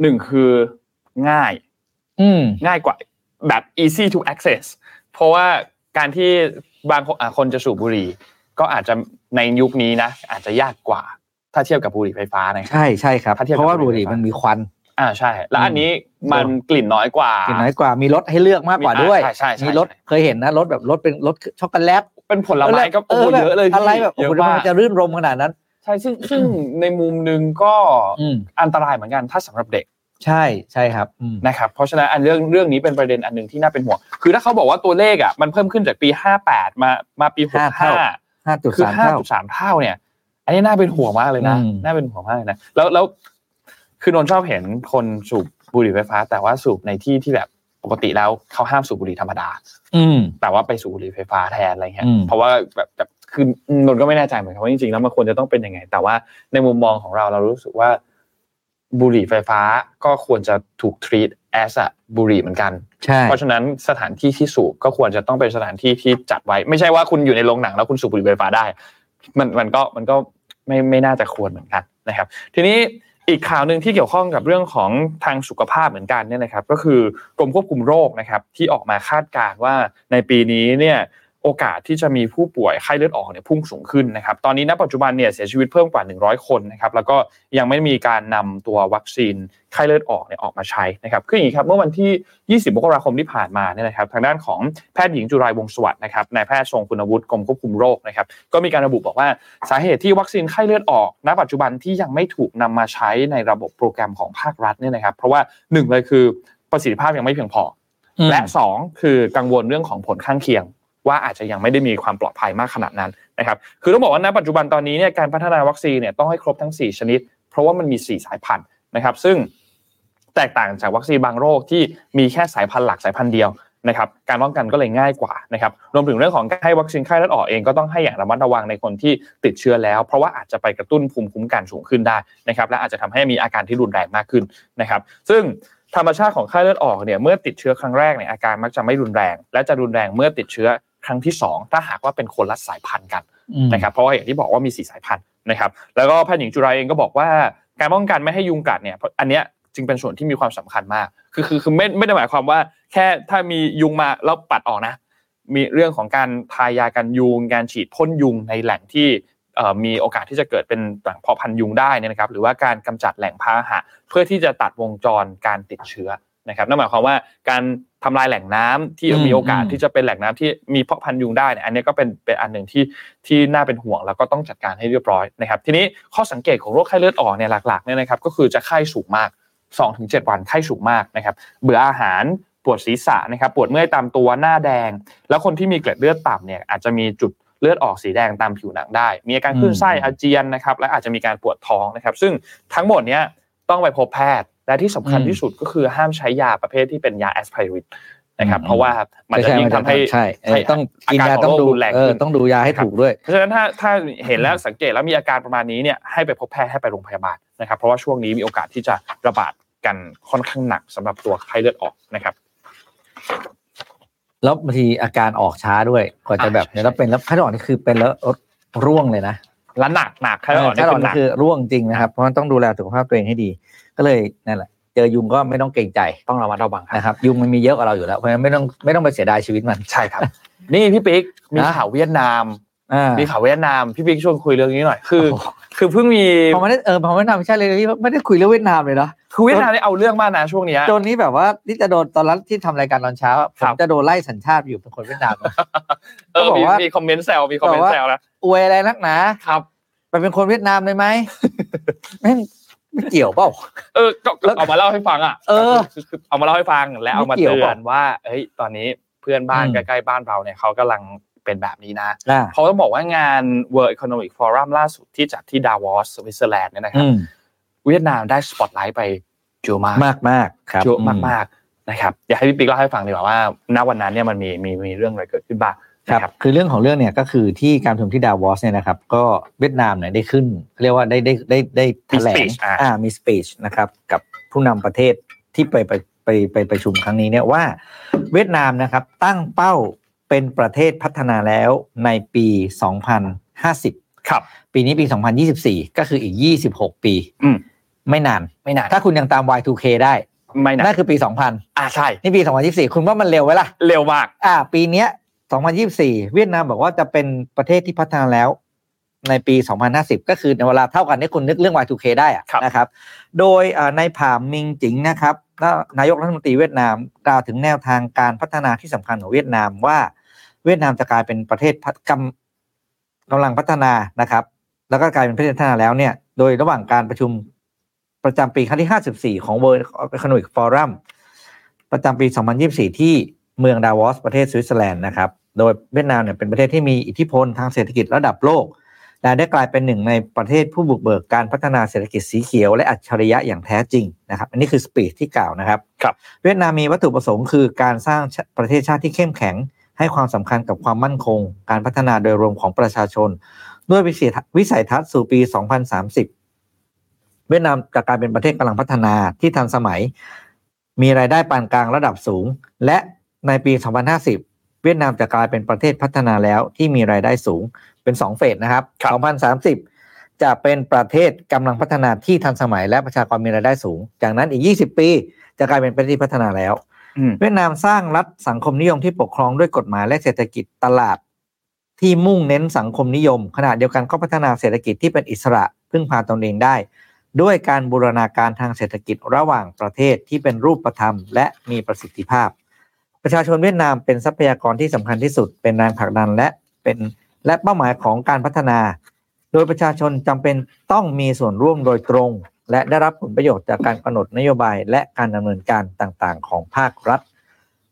หนึ่งคือง่าย
อืม
ง่ายกว่าแบบ easy to access เพราะว่าการที่บางคนอ่ะคนจะสูบบุหรี่ ก็อาจจะในยุคนี้นะ อาจจะยากกว่า ถ้าเทียบกับบุหรี่ไฟฟ้านะ
ใช่ใช่ครับ
ถ้าเทียบกับ
เพราะว่าบุหรี่มันมีควัน
อ่าใช่ แล้วอันนี้มันกลิ่นน้อยกว่า
กินน้อยกว่ามีรสให้เลือกมากกว่า
มีอ่ะ
ด้วย
ใช่ใช่ใช่
มีรส
ใช่
เคยเห็นนะรสแบบรสเป็นรสช็อกโกแลต
เป็นผลไม้ก็โอ้โหเยอะเลย
แบบอะไรแบบโอ้
เย
โห
อะ
ทำไม
มาก
มันจะรื่นรมขนาดนั้น
ใช่ซึ่งซึ่งในมุมหนึ่งก็
อืม
อันตรายเหมือนกันถ้าสำหรับเด็ก
ใช่ใช่ครับอืม
นะครับเพราะฉะนั้นอันเรื่องเรื่องนี้เป็นประเด็นอันหนึ่งที่น่าเป็นห่วง คือถ้าเขาบอกว่าตัวเลขอ่ะมันเพิ่มขึ้นจากปี 58 มามาปี 65
ห้าจุด
คือ
สาม
5.3
เท่า
เท่าเนี่ย อันนี้น่าเป็นห่วงมากเลยนะ
อืม
น่าเป็นห่วงมากเลยนะแล้วแล้วคือนนท์ชอบเห็นคนสูบบุหรี่ไฟฟ้า แต่ว่าสูบในที่ที่แบบปกติแล้วเขาห้ามสูบบุหรี่ธรรมดา
อืม
แต่ว่าไปสูบบุหรี่ไฟฟ้าแทนอะไรเงี้ย
อืม
เพราะว่าแบบแบบคือนนท์ก็ไม่แน่ใจเหมือนกันว่าจริงๆแล้วมันควรจะต้องเป็นยังไง แต่ว่าในมุมมองของเราเรารู้สึกว่า บุหรี่ไฟฟ้าก็ควรจะถูก treat as อะบุหรี่เหมือนกัน
ใช่
เพราะฉะนั้นสถานที่ที่สูบก็ควรจะต้องเป็นสถานที่ที่จัดไว้ ไม่ใช่ว่าคุณอยู่ในโรงหนังแล้วคุณสูบบุหรี่ไฟฟ้าได้ มันมันก็มันก็ไม่ไม่น่าจะควรเหมือนกันนะครับ ทีนี้อีกข่าวหนึ่งที่เกี่ยวข้องกับเรื่องของทางสุขภาพเหมือนกันเนี่ยนะครับ ก็คือกรมควบคุมโรคนะครับ ที่ออกมาคาดการณ์ว่าในปีนี้เนี่ยโอกาสที่จะมีผู้ป่วยไข้เลือดออกเนี่ยพุ่งสูงขึ้นนะครับ ตอนนี้ณปัจจุบันเนี่ยเสียชีวิตเพิ่มกว่า 100 คนนะครับแล้วก็ยังไม่มีการนำตัววัคซีนไข้เลือดออกเนี่ยออกมาใช้นะครับคืออย่างนี้ครับเมื่อวันที่ 20มกราคมที่ผ่านมาเนี่ยนะครับ ทางด้านของแพทย์หญิงจุรายวงศ์สวัสดิ์นะครับนายแพทย์ทรงคุณวุฒิกรมควบคุมโรคนะครับ ก็มีการระบุบอกว่าสาเหตุที่วัคซีนไข้เลือดออก ณ ปัจจุบันที่ยังไม่ถูกนำมาใช้ในระบบโปรแกรมของภาครัฐเนี่ยนะครับ เพราะว่าหนึ่งเลยคือประสิทธิภาพยังไม่เพียงพอ
อืม
และสองคือกังวลเรื่องของผลข้างเคียง ว่าอาจจะยังไม่ได้มีความปลอดภัยมากขนาดนั้นนะครับคือต้องบอกว่าณปัจจุบันตอนนี้เนี่ยการพัฒนาวัคซีนเนี่ยต้องให้ครบทั้ง 4 ชนิด เพราะว่ามันมี 4 สายพันธุ์นะครับ ซึ่งแตกต่างจากวัคซีนบางโรคที่มีแค่สายพันธุ์หลักสายพันธุ์เดียวนะครับการป้องกันก็เลยง่ายกว่านะครับรวมถึงเรื่องของการให้วัคซีนไข้เลือดออกเองก็ต้องให้อย่างระมัดระวังในคนที่ติดเชื้อแล้ว เพราะว่าอาจจะไปกระตุ้นภูมิคุ้มกันสูงขึ้นได้นะครับและอาจจะทำให้มีอาการที่รุนแรงมากขึ้นนะครับ ซึ่ง ธรรมชาติของไข้เลือดออกเนี่ยเมื่อติดเชื้อครั้งแรกเนี่ยอาการมักจะไม่รุนแรง และจะรุนแรงเมื่อติดเชื้อครั้งที่ 2 ถ้าหากว่าเป็นคนละสายพันธุ์กัน
อืม
นะครับเพราะว่าอย่างที่บอกว่ามี 4 สายพันธุ์นะครับแล้วก็แพทย์หญิงจุไรเองก็บอกว่าการป้องกันไม่ให้ยุงกัดเนี่ยอันเนี้ยจึงเป็นส่วนที่มีความสำคัญมากคือคือคือไม่ไม่ได้หมายความว่า แค่ถ้ามียุงมาแล้วปัดออกนะ มีเรื่องของการทายากันยุง การฉีดพ่นยุงในแหล่งที่เอ่อมีโอกาสที่จะเกิดเป็นแหล่งเพาะพันธุ์ยุงได้เนยนะครับหรือว่าการกำจัดแหล่งพาหะ เพื่อที่จะตัดวงจรการติดเชื้อนะครับนั่นหมายความว่าการทำลายแหล่งน้ำที่มีโอกาสที่จะเป็นแหล่งน้ำที่มีเพาะพันธุ์ยุงได้เนี่ยอันนี้ก็เป็นเป็นอันหนึ่งที่ที่น่าเป็นห่วงแล้วก็ต้องจัดการให้เรียบร้อยนะครับ ทีนี้ข้อสังเกตของโรคไข้เลือดออกเนี่ยหลักๆเนี่ยนะครับก็คือจะไข้สูงมาก 2-7 วันไข้สูงมากนะครับ เบื่ออาหารปวดศีรษะนะครับปวดเมื่อยตามตัวหน้าแดง แล้วคนที่มีเกล็ดเลือดต่ำเนี่ยอาจจะมีจุดเลือดออกสีแดงตามผิวหนังได้ มีอาการคลื่นไส้อาเจียนนะครับและอาจจะมีการปวดท้องนะครับ ซึ่งทั้งหมดเนี้ยต้องไปพบแพทย์และที่สำคัญที่สุดก็คือห้ามใช้ยาประเภทที่เป็นยาแอสไพรินนะครับเพราะว่ามันจะ
ใช่
ยิ่ง
ใช่
ทำให้
ใช่เออต้องกินยา
อาการ
ต้องดู
ของโรครุนแรง
เออ
ขึ้น
ต้องดูยาให้ถูกด้วย
เพราะฉะนั้นถ้าถ้าเห็นแล้วสังเกตแล้วมีอาการประมาณนี้เนี่ยให้ไปพบแพทย์ให้ไปโรงพยาบาลนะครับเพราะว่าช่วงนี้มีโอกาสที่จะระบาดกันค่อนข้างหนักสำหรับตัวไข้เลือดออกนะครับ
แล้วบางทีอาการออกช้าด้วยกว่าจะแบบเนี่ยแล้วเป็นแล้วไข้หวัดออกนี่คือเป็นแล้วร่วงเลยนะ
แล้วหนักหนักไข้หวัดออก
ถ้า
นี่
เรา
คือหนัก
คือร่วงจริงนะครับ เพราะฉะนั้นต้องดูแลสุขภาพตัวเองให้ดี ก็เลยนั่นแหละ เจอยุงก็ไม่ต้องเกรงใจ
ต้องระมัดระวังครับ
นะครับ ยุงมันมีเยอะกว่าเราอยู่แล้ว เพราะฉะนั้นไม่ต้องไม่ต้องไปเสียดายชีวิตมัน
ใช่ครับ นี่พี่ปิ๊กมีข่าวเวียดนาม
อ่า
มีข่าวเวียดนาม พี่ปิ๊กชวนคุยเรื่องนี้หน่อย คือ
โโห
คือเพิ่งมี
พอมาได้เออพอมาเวียดนามไม่ใช่เลยที่ไม่ได้คุยเรื่องเวียดนามเลยเนาะ
คือเวียดนามได้เอาเรื่องมากนะช่วงเนี้ย
จนนี้แบบว่านี่จะโดนตอนรันที่ทำรายการตอนเช้าอะผ
ครั
ม
บ
จะโดนไล่สัญชาติอยู่เป็นคนเวียดนาม
เออ
เขาบ
มี
อกว่า
มีคอมเมนต์แซวมีคอมเมนต์แซวแล้ว
อวยอะไรนักหนา
ครับ
ไปเป็นคนเวียดนาม เลยไหม แม่งไม่เกี่ยวเปล่า
เออก็ก็เอามาเล่าให้ฟังอ่ะ
เออ
คือคือเอามาเล่าให้ฟังและเอามา
ไม่เกี่ยว
เตือน
ปะ
ว่า เฮ้ย ตอนนี้เพื่อนบ้าน
อืม
ใกล้ๆบ้านเราเนี่ยเขากำลังเป็นแบบนี้นะ
อ่า
เขาต้องบอกว่างาน World Economic Forum ล่าสุดที่จัดที่ดาวอสสวิตเซอร์แลนด์เนี่ยนะครับ
อืม
เวียดนามได้สปอตไลท์ไปเยอะมาก
มากมากๆครับ
เยอะมากๆนะครับอยากให้พี่ปิ๊กเล่าให้ฟังดีกว่าว่าณวันนั้นเนี่ยมันมีมีมีเรื่องอะไรเกิดขึ้นบ้าง
ค
นะ
รับ คือเรื่องของเรื่องเนี่ยก็คือที่การประชุมที่ดาวอสเนี่ยนะครับ ก็เวียดนามเนี่ยได้ขึ้นเรียกว่าได้ได้ได้ได้แถ
มีส
ล
ปี
ง
ชอ่ะ
อ่ามีสปีชนะครับกับผู้นำประเทศที่ไปไปไปไปประชุมครั้งนี้เนี่ยว่าเวียดนามนะครับตั้งเป้าเป็นประเทศพัฒนาแล้วในปี 2050
ครับ
ปีนี้ปี 2024 ก็คืออีก 26 ปี
อืม
ไม่นาน
ไม่นาน
ถ้าคุณยังตาม Y2K ได้
ไม่นา
นั่
น
นคือปี 2000
อ่าใช่
นี่ปี 2024 คุณว่ามันเร็วไหมล่ะ
เร็วมาก
อ่า ปีเนี้ย2024 เวียดนามบอกว่าจะเป็นประเทศที่พัฒนาแล้ว ในปี 2050 ก็คือในเวลาเท่ากันที่คุณนึกเรื่อง Y2K ได้อะนะครับ โดยเอ่อนายผามิงจิงนะครับก็นายกรัฐมนตรีเวียดนามกล่าวถึงแนวทางการพัฒนาที่สำคัญของเวียดนามว่า เวียดนามจะกลายเป็นประเทศพัฒกำกำลังพัฒนานะครับ แล้วก็กลายเป็นประเทศพัฒนาแล้วเนี่ย โดยระหว่างการประชุมประจำปีครั้งที่ 54 ของ World Economic Forum ประจำปี 2024 ที่เมืองดาวอสประเทศสวิตเซอร์แลนด์นะครับ โดยเวียดนามเนี่ยเป็นประเทศที่มีอิทธิพลทางเศรษฐกิจระดับโลก และได้กลายเป็นหนึ่งในประเทศผู้บุกเบิกการพัฒนาเศรษฐกิจสีเขียวและอัจฉริยะอย่างแท้จริงนะครับ อันนี้คือสปีดที่กล่าวนะครับ เวียดนามมีวัตถุประสงค์คือการสร้างชาประเทศชาติที่เข้มแข็ง ให้ความสำคัญกับความมั่นคง การพัฒนาโดยรวมของประชาชน ด้วยวิสัยทัศน์วิสัยทัศน์สู่ปี 2030 เวียดนามจะกลายเป็นประเทศกำลังพัฒนาที่ทันสมัย มีรายได้ปานกลางระดับสูง และในปี 2050 เวียดนามจะกลายเป็นประเทศพัฒนาแล้วที่มีรายได้สูงเป็น 2 เฟสนะครับ 2030 จะเป็นประเทศกำลังพัฒนาที่ทันสมัย และประชากรมีรายได้สูง จากนั้นอีก 20 ปี จะกลายเป็นประเทศที่พัฒนาแล้ว
อืม
เวียดนามสร้างรัฐสังคมนิยมที่ปกครองด้วยกฎหมายและเศรษฐกิจตลาด ที่มุ่งเน้นสังคมนิยม ขณะเดียวกันก็พัฒนาเศรษฐกิจที่เป็นอิสระพึ่งพาตนเองได้ ด้วยการบูรณาการทางเศรษฐกิจระหว่างประเทศที่เป็นรูปธรรม และมีประสิทธิภาพ ประชาชนเวียดนามเป็นทรัพยากรที่สำคัญที่สุด เป็นแรงผลักดันและเป็นและเป้าหมายของการพัฒนา โดยประชาชนจำเป็นต้องมีส่วนร่วมโดยตรง และได้รับผลประโยชน์จากการกำหนดนโยบายและการดำเนินการต่างๆ ของภาครัฐ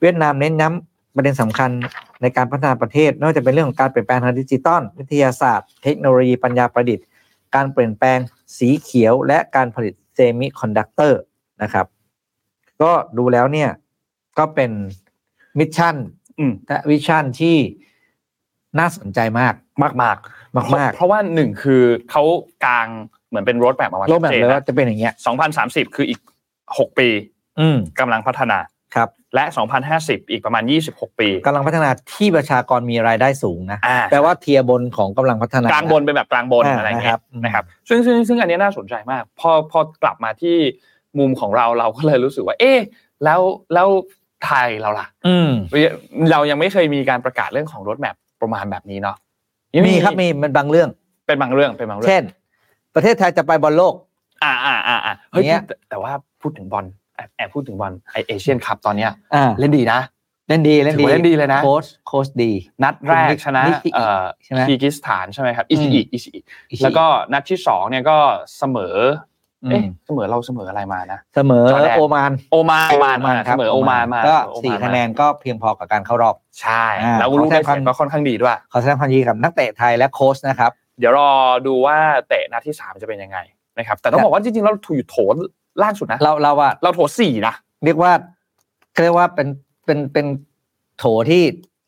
เวียดนามเน้นย้ำประเด็นสำคัญในการพัฒนาประเทศไม่ว่าจะเป็นเรื่องของการเปลี่ยนแปลงทางดิจิตอลวิทยาศาสตร์ เทคโนโลยีปัญญาประดิษฐ์ การเปลี่ยนแปลงสีเขียว และการผลิตเซมิคอนดักเตอร์นะครับ ก็ดูแล้วเนี่ยก็เป็นมิชชั่น
อืม
และวิชั่นที่น่าสนใจมาก
มากมาก
มากมาก
เพราะว่าหนึ่งคือเขากลางเหมือนเป็นรถแบบออกมา
โลกแบบเลย
ชัด
ว่าจะเป็นอย่างเงี้ย
จนนะ2030 คืออีก 6 ปี
อืม
กำลังพัฒนา
ครับ
และ 2050 อีกประมาณ 26 ปี
กำลังพัฒนาที่ประชากรมีรายได้สูงนะ
อ่า
แปลว่าเทียร์บนของกำลังพัฒนากก
ลางบนเป็นแบบกลางบน
อ่า
อะไรอย่างเงี้ย
นะครับ
นะครับซึ่งซึ่งซึ่งอันเนี้ยน่าสนใจมาก พอพอกลับมาที่มุมของเราเราก็เลยรู้สึกว่า เอ๊ะแล้วแล้วไทยเราล่ะ
อืม
เรายังไม่เคยมีการประกาศเรื่องของรถแมพประมาณแบบนี้เนาะ
มีครับมีมันบางเรื่อง
เป็นบางเรื่องเป็นบางเรื่อง
เช่น ประเทศไทยจะไปบอลโลก
อ่าอ่าอ่าอ่าเฮ้ย
เนี้ย
แต่แต่ว่าพูดถึงบอลแอบแอบพูดถึงบอลไอเอเชียนคัพตอนเนี้ย
อ่า
เล่นดีนะ
เล่นดีเล่น
ถือ
ดี
ว่าเล่นดีเลยนะ
โค้ชโค้ชดี
นัดแรกชนะ
นิกิ
เอ่อ
ใช่ไหม
คีร์กิสถานใช่ไหมครับอิชิ
อื
อิ
ม
อิชิอิแล้วก็นัดที่สองเนี่ยก็เสมอ
อื
เอ๊ะ
ม
เสมอเราเสมออะไรมานะ
เสมอ
จอร์แดน
โอมาน
โอมาน
น
เสมอโอมานมา
ก็
เมอโอมาน
สี่
มา
คะแนนก็เพียงพอกับการเข้ารอบ
ใช่
อ่า
แล้วลูกได้เสีย
เขาแทบพัน
ก็ค่อนข้างดีด้วย
ขอแสดงความยินดีกับนักเตะไทยและโค้ชนะครับ
เดี๋ยวรอดูว่าเตะนัดที่สามจะเป็นยังไงนะครับแต่ต้อง
แต่
บอกว่าจริงๆเราถูกอยู่โถล่างสุดนะ
เราเราอะ
เราโถสี่นะ
เรียกว่าเรียกว่าเป็นเป็นเป็นโถที่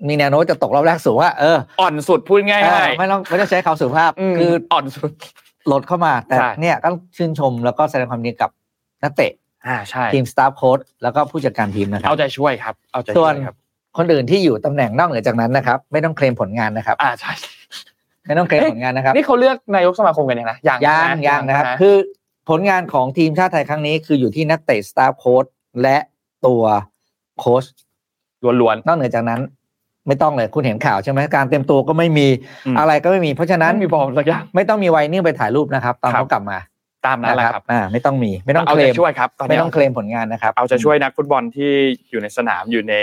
มีแนวโน้มจะตกรอบแรกสูงว่าเออ
อ่อนสุดพูดง่าย
เออ
ๆ
ไม่ต้องไม่ต้องใช้คำสุภาพ
อืม
คือ
อ่อนสุด
หลดเข้ามา แต่
ใช่
เนี่ยก็ชื่นชมแล้วก็แสดงความยินดีกับนักเตะ
อ่าใช่
ทีมสตาฟโค้ดแล้วก็ผู้จัดการทีมนะครับ
เอาใจช่วยครับ เอาใจ
ส่
ช่
ว
วน ยครับ
คนอื่นที่อยู่ตำแหน่งนอกเหนือจากนั้นนะครับ ไม่ต้องเคลมผลงานนะครับ
อ่าใช่
ไม่ต้องเคลมผลงานนะครับ
นี่เขาเลือกนายกสมาคมกันยังนะยัง
ยัง
นะ
ยังนะครับ
คือ
คือผลงานของทีมชาติไทยครั้งนี้คืออยู่ที่นักเตะสตาฟโค้ชและตัวโค้ช
ล้วน
นอกเหนือจากนั้น ไม่ต้องเลยคุณเห็นข่าวใช่ไหมการเต็มตัวก็ไม่มี
อืม
อะไรก็ไม่มี เพราะฉะ
ๆ
นั้
นั้น นมีบอลสักอย่าง
ไม่ต้องมีไวนิ่งไปถ่ายรูปนะครับ ตอน
ครับ
เขากลับมา
ตามนั้นแหละครับ
อ่า ไม่ต้องมีไม่ต้อง
เอา
เคล
ใจ
ม
ช่วยครับตอนนี้
ไม่ต้องเคลมผลงานนะครับ
เอาใจช่วยนักฟุตบอลที่อยู่ในสนามอยู่ใน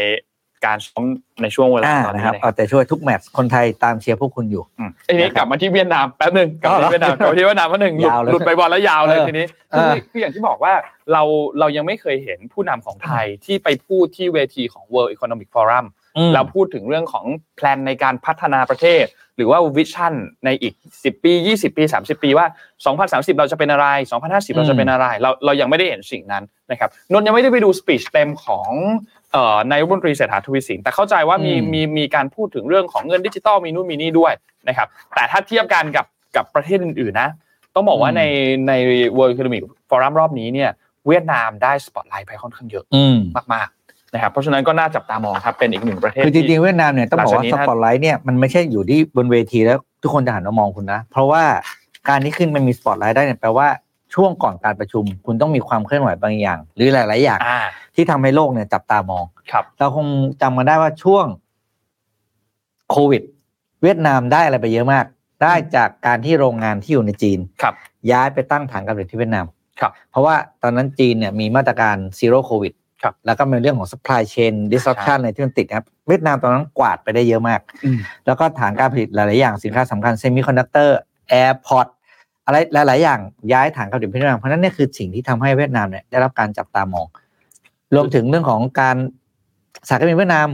การซ้อมในช่วงเวลา
อ่า
ตอนนี้
นะครับ
นะค
เอา
รับ
ใจช่วยทุกแมตช์คนไทยตามเชียร์พวกคุณอยู่
อืมไอ้นี้กลับมาที่เวียดนามแป๊บหนึ่งกลับ
อ๋อ
มา
เหรอ
ที่เวียดนามกลับมาที่เวียดนามเพราะหนึ่งหลุด
ยาวเลย
หลุดไปบอลแล้วยาวเลย
เออ
ทีนี้
เออ
คืออย่างที่บอกว่าเราเรายังไม่เคยเห็นผู้นำของไทยที่ไปพูดที่เวทีของ World Economic Forum
อืม
เราพูดถึงเรื่องของแพลนในการพัฒนาประเทศ หรือว่าวิชั่นในอีก 10 ปี 20 ปี 30 ปีว่า 2030 เราจะเป็นอะไร 2050 เราจะเป็นอะไร เราเรายังไม่ได้เห็นสิ่งนั้นนะครับนนท์ยังไม่ได้ไปดูสปีชเต็มของเอ่อนายกรัฐมนตรีเศรษฐาทวีสิน แต่เข้าใจว่ามี
อืม
มีมีการพูดถึงเรื่องของเงินดิจิตอลมีนู่นมีนี่ด้วยนะครับแต่ถ้าเทียบกันกับกับประเทศอื่นๆนะ ต้องบอกว่าในใน World Economic Forum รอบนี้เนี่ยเวียดนามได้สปอตไลท์ไปค่อนข้างเยอะ
อืม
มากๆนะครับเพราะฉะนั้นก็น่าจับตามองครับเป็นอีกหนึ่งประเทศ
คือจ
ที่
ริงๆเวียดนามเนี่ยต้องบอก
ห
ว่า
ลังจาก
ส
นี้นะ
ปอตไลท์เนี่ยมันไม่ใช่อยู่ที่บนเวทีแล้ว ทุกคนจะหันมามองคุณนะ เพราะว่าการที่ขึ้นมันมีสปอตไลท์ได้เนี่ยแปลว่าช่วงก่อนการประชุม คุณต้องมีความเคลื่อนไหวบางอย่าง หรือหลาย ๆ อย่าง
อ่า
ที่ทำให้โลกเนี่ยจับตามอง
ครับ
เราคงจำกันได้ว่าช่วงโควิด เวียดนามได้อะไรไปเยอะมาก ได้จากการที่โรงงานที่อยู่ในจีน
ครับ
ย้ายไปตั้งฐานการผลิตที่เวียดนาม
ครับ
เพราะว่าตอนนั้นจีนเนี่ยมีมาตรการซีโร่โควิด
ครับ
แล้วก็เป็นเรื่องของ supply chain disruption อะไรที่มันติดนะครับ เวียดนามตอนนั้นกวาดไปได้เยอะมาก
อืม
แล้วก็ฐานการผลิตหลาย ๆ อย่างสินค้าสำคัญเซมิคอนดักเตอร์แอร์พอร์ตอะไรหลาย ๆ อย่างย้ายฐานการผลิตไปเวียดนาม เพราะฉะนั้นเนี่ยคือสิ่งที่ทำให้เวียดนามเนี่ยได้รับการจับตามอง รวมถึงเรื่องของการสายการบินเวียดนาม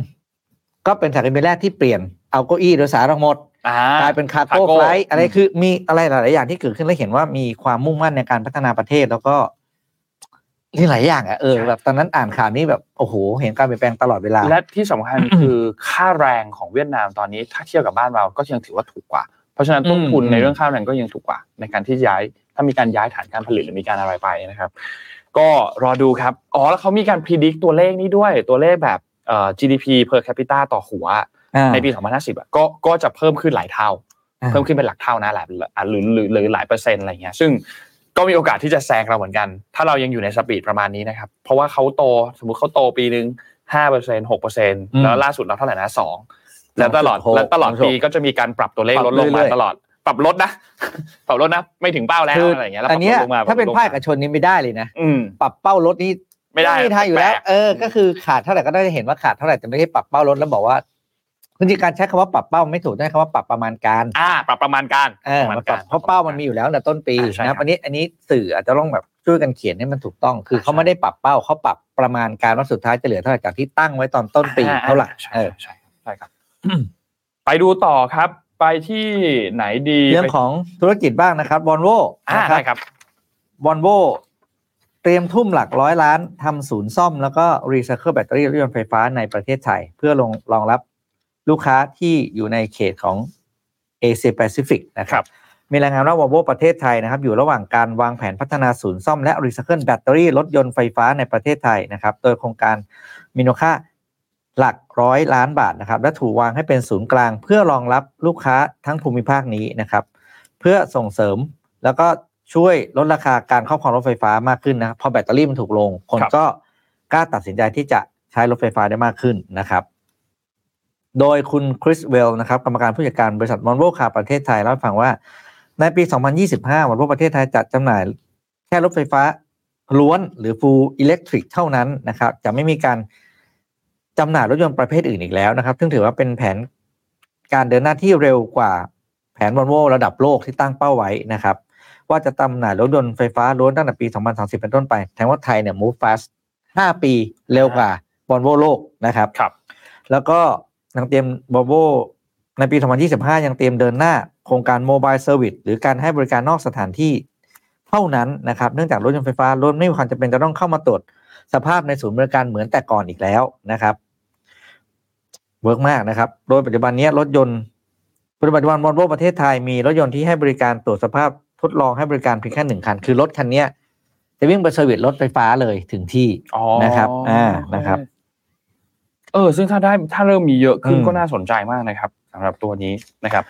ก็เป็นสายการบินแรกที่เปลี่ยนเอาเก้าอี้โดยสารออกหมด
อ่าก ก
ลายเป็นคาโก้
cargo
ไฟล์อะไร
อืม
คือมีอะไรหลาย ๆ อย่างที่เกิดขึ้นแล้วเห็นว่ามีความมุ่งมั่นในการพัฒนาประเทศแล้วก็นี่หลายอย่างอะเออแบบตอนนั้นอ่านข่าวนี้แบบโอ้โห เห็นการเปลี่ยนแปลงตลอดเวลา
และที่สำ คัญ คือค่าแรงของเวียดนามตอนนี้ถ้าเทียบกับบ้านเราก็ยังถือว่าถูกกว่า เพราะฉะนั้นต้นทุน
อืม
ในเรื่องค่าแรงก็ยังถูกกว่า ในการที่ย้ายถ้ามีการย้ายฐานการผลิตหรือมีการอะไรไปนะครับ ก็รอดูครับ อ๋อแล้วเขามีการพิจิตตัวเลขนี้ด้วยตัวเลขแบบเอ่อ GDP per capita ต่อหัว
อ่า
ในปี 2050อ่ะก็ก็จะเพิ่มขึ้นหลายเท่า
อ่า
เพิ่มขึ้นเป็นหลักเท่านะหลายอ่ะหรือหรือหรือหลายเปอร์เซ็นต์อะไรเงี้ย ซึ่งก็มีโอกาสที่จะแซงเราเหมือนกัน ถ้าเรายังอยู่ในสปีดประมาณนี้นะครับ เพราะว่าเขาโตสมมุติเขาโตปีหนึ่งห้าเปอร์เซ็นหกเปอร์เซ็นแล้วล่าสุดเราเท่าไหร่นะสองแล้วตลอด
สองจุดหก
แล้วตลอดปีก็จะมีการปรับตัวเลขลดลงมา
ปรับเรื่อยๆ
ตลอด ปรับลดนะ ปรับลดนะไม่ถึงเป้าแล้ว
คือ
อะไร
อ
เงี้ยแล้วป
อั
รั
น
บล
เนี้ย
ดลงมา
ถ้าเป็น
ปรับลดลงม
ภาคเอกชนนี้ไม่ได้เลยนะ
อืม
ปรับเป้ารถนี่
ไม่ได้
มีทางอยู่แล้ว
แปลก
เออก็คือขาดเท่าไหร่ก็ได้เห็นว่าขาดเท่าไหร่แต่ไม่ใช่ปรับเป้ารถแล้วบอกว่าจริงๆการใช้คำว่าปรับเป้าไม่ถูกต้องใช้คำว่าปรับประมาณการ
อ่า ปรับประมาณการ
เออมันปรับเพราะเป้ามันมีอยู่แล้วแต่ต้นปี
อ่าใช่
นะค
ครั
รับบ อันนี้อันนี้สื่ออาจจะต้องแบบช่วยกันเขียนให้มันถูกต้อง คือ
ใช่
เขาไม่ได้ปรับเป้าเขาปรับประมาณการว่าสุดท้ายจะเหลือเท่าไหร่จากที่ตั้งไว้ตอนต้นปีเท่าไหร่
ใช่
เออ
ใช่ใช่ครับ ไปดูต่อครับ ไปที่ไหนดี
เรื่องของธุรกิจบ้างนะครับวอลโว่
อ่า
นะค
ได้
รับ
ครับ
วอลโว่เตรียมทุ่มหลักร้อยล้านทำศูนย์ซ่อมแล้วก็รีไซเคิลแบตเตอรี่รถยนต์ไฟฟ้าในประเทศไทย เพื่อลงรองรับลูกค้าที่อยู่ในเขตของเอเชียแปซิฟิกนะค
ครั
รับ
บ
มีรายงานว่าวอลโวประเทศไทยนะครับ อยู่ระหว่างการวางแผนพัฒนาศูนย์ซ่อมและรีไซเคิลแบตเตอรี่รถยนต์ไฟฟ้าในประเทศไทยนะครับ โดยโครงการมีมูลค่าหลักร้อยล้านบาทนะครับ และถูกวางให้เป็นศูนย์กลาง เพื่อรองรับลูกค้าทั้งภูมิภาคนี้นะครับ เพื่อส่งเสริมแล้วก็ช่วยลดราคาการครอบครองรถไฟฟ้ามากขึ้นนะครับพอแบตเตอรี่มันถูกลง คน
ครับ
ก็กล้าตัดสินใจที่จะใช้รถไฟฟ้าได้มากขึ้นนะครับ โดยคุณคริสเวลนะครับกรรมการผู้จัดการบริษัทมอนโวคาประเทศไทยเล่าให้ฟังว่า ในปี 2025มอนโวประเทศไทยจะจำหน่ายแค่รถไฟฟ้าล้วนหรือ full electric เท่านั้นนะครับ จะไม่มีการจำหน่ายรถยนต์ประเภทอื่นอีกแล้วนะครับ ซึ่งถือว่าเป็นแผนการเดินหน้าที่เร็วกว่าแผนมอนโวระดับโลกที่ตั้งเป้าไว้นะครับ ว่าจะจำหน่ายรถยนต์ไฟฟ้าล้วนตั้งแต่ปี 2030 เป็นต้นไปแทนว่าไทยเนี่ย move fast 5 ปีเร็วกว่าบอลโวโลกนะครับ
ครับ
แล้วก็ยังเตรียมบอโบในปี 2025 ยังเตรียมเดินหน้า โครงการโมบายเซอร์วิสหรือการให้บริการนอกสถานที่เท่านั้นนะครับ เนื่องจากรถยนต์ไฟฟ้ารถไม่มีความจำเป็นจะต้องเข้ามาตรวจสภาพในศูนย์บริการเหมือนแต่ก่อนอีกแล้วนะครับ เวิร์กมากนะครับ โดยปัจจุบันเนี้ยรถยนต์ปัจจุบันวอลโวประเทศไทยมีรถยนต์ที่ให้บริการตรวจสภาพทดลองให้บริการเพียงแค่หนึ่งคัน คือรถคันเนี้ยจะวิ่งไปเซอร์วิสรถไฟฟ้าเลยถึงที่
อ๋อ
นะครับอ่านะครับ
เออซึ่งถ้าได้ถ้าเริ่มมีเยอะขึ้น
อืม
ก็น่าสนใจมากนะครับสำหรับตัวนี้นะครับ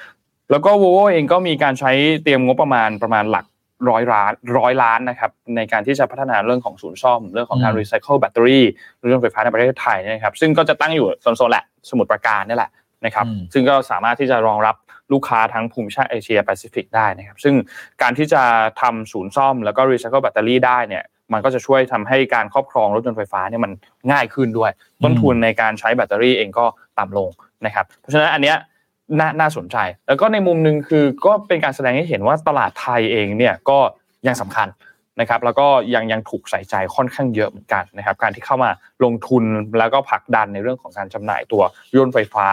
แล้วก็ Volvo เองก็มีการใช้เตรียมงบประมาณประมาณหลักร้อยล้านร้อยล้านนะครับในการที่จะพัฒนาเรื่องของศูนย์ซ่อม เรื่องของการ
อืม
รีไซเคิลแบตเตอรี่เรื่องไฟฟ้าในประเทศไทยเนยนะครับ ซึ่งก็จะตั้งอยู่โซนๆแหละสมุทรปราการนี่แหละนะครับ
อืม
ซึ่งก็สามารถที่จะรองรับลูกค้าทั้งภูมิภาคเอเชียแปซิฟิกได้นะครับ ซึ่งการที่จะทำศูนย์ซ่อมแล้วก็รีไซเคิลแบตเตอรี่ได้เนี่ย มันก็จะช่วยทำให้การครอบครองรถยนต์ไฟฟ้าเนี่ยมันง่ายขึ้นด้วย ต้นทุนในการใช้แบตเตอรี่เองก็ต่ำลงนะครับ เพราะฉะนั้นอันเนี้ยน่าน่าสนใจ แล้วก็ในมุมหนึ่งคือก็เป็นการแสดงให้เห็นว่าตลาดไทยเองเนี่ยก็ยังสำคัญ นะครับแล้วก็ยังยังถูกใส่ใจค่อนข้างเยอะเหมือนกันนะครับการที่เข้ามาลงทุนแล้วก็ผลักดันในเรื่องของการจำหน่ายตัวยนต์ไฟฟ้า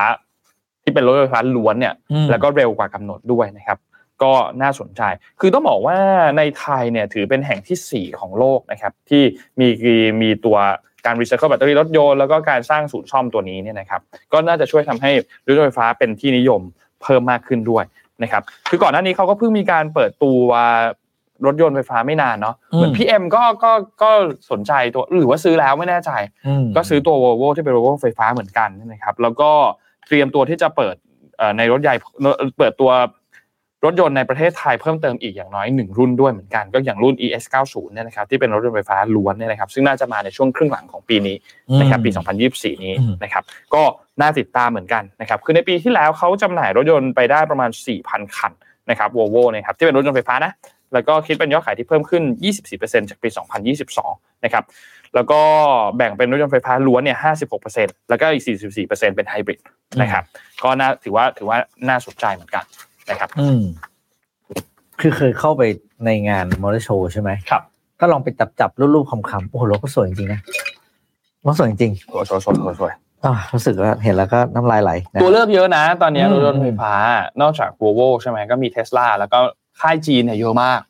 ที่เป็นรถไฟฟ้าล้วนเนี่ย
อืม
แล้วก็เร็วกว่ากำหนดด้วยนะครับก็น่าสนใจ คือต้องบอกว่าในไทยเนี่ยถือเป็นแห่งทีสี่4 ของโลกนะครับที่มีมีตัวการรีไซเคิลแบตเตอรี่รถยนต์แล้วก็การสร้างศูนย์ซ่อมตัวนี้เนี่ยนะครับก็น่าจะช่วยทำให้รถยนต์ไฟฟ้าเป็นที่นิยมเพิ่มมากขึ้นด้วยนะครับคือก่อนหน้านี้เขาก็เพิ่งมีการเปิดตัว รถยนต์ไฟฟ้าไม่นานเนาะเหมือน
อืม
พี่เอ็มก็ก็ก็สนใจตัวหรือว่าซื้อแล้วไม่แน่ใจ
ม
ก็ซื้อตัว Volvo ที่เป็น Volvo ไฟฟ้าเหมือนกันนะครับ แล้วก็เตรียมตัวที่จะเปิดเอ่อในรถใหญ่เปิดตัวรถยนต์ในประเทศไทยเพิ่มเติมอีกอย่างน้อยหนึ่งรุ่นด้วยเหมือนกัน ก็อย่างรุ่น ES 90เนี่ยนะครับที่เป็นรถยนต์ไฟฟ้าล้วนเนี่ยนะครับซึ่งน่าจะมาในช่วงครึ่งหลังของปีนี้ นะครับปี 2024 นี้
อืม
นะครับก็น่าติดตามเหมือนกันนะครับคือในปีที่แล้วเขาจำหน่ายรถยนต์ไปได้ประมาณ 4,000 คันนะครับว o ลโวนะครับที่เป็นรถยนต์ไฟฟ้านะแล้วก็คิดเป็นยอดขายที่เพิ่มขึ้น 24%จากปี 2022 นะครับแล้วก็แบ่งเป็นรถยนต์ไฟฟ้าล้วนเนี่ย 56%แล้วก็อีก 44%เป็นไฮบริดนะครับก็น่าถือว่าถือว่าน่าสนใจเหมือนกันนะครับ
อืม คือเคยเข้าไปในงานมอเตอร์โชว์ใช่ไหม
ครับ
ก็ลองไปจับจับรูปๆคำๆโอ้โหรถก็สวยจริงๆนะรถสวยจริง
สวยสวยสวยสวยสวย
ๆอ่ะรู้สึกว่าเห็นแล้วก็น้ำลายไหลนะ
ตัวเลือกเยอะนะ ตอนนี้
อืม
รถยนต์ไฟฟ้า นอกจาก Volvo ใช่ไหมก็มี Tesla แล้วก็ค่ายจีนเนี่ยเยอะมาก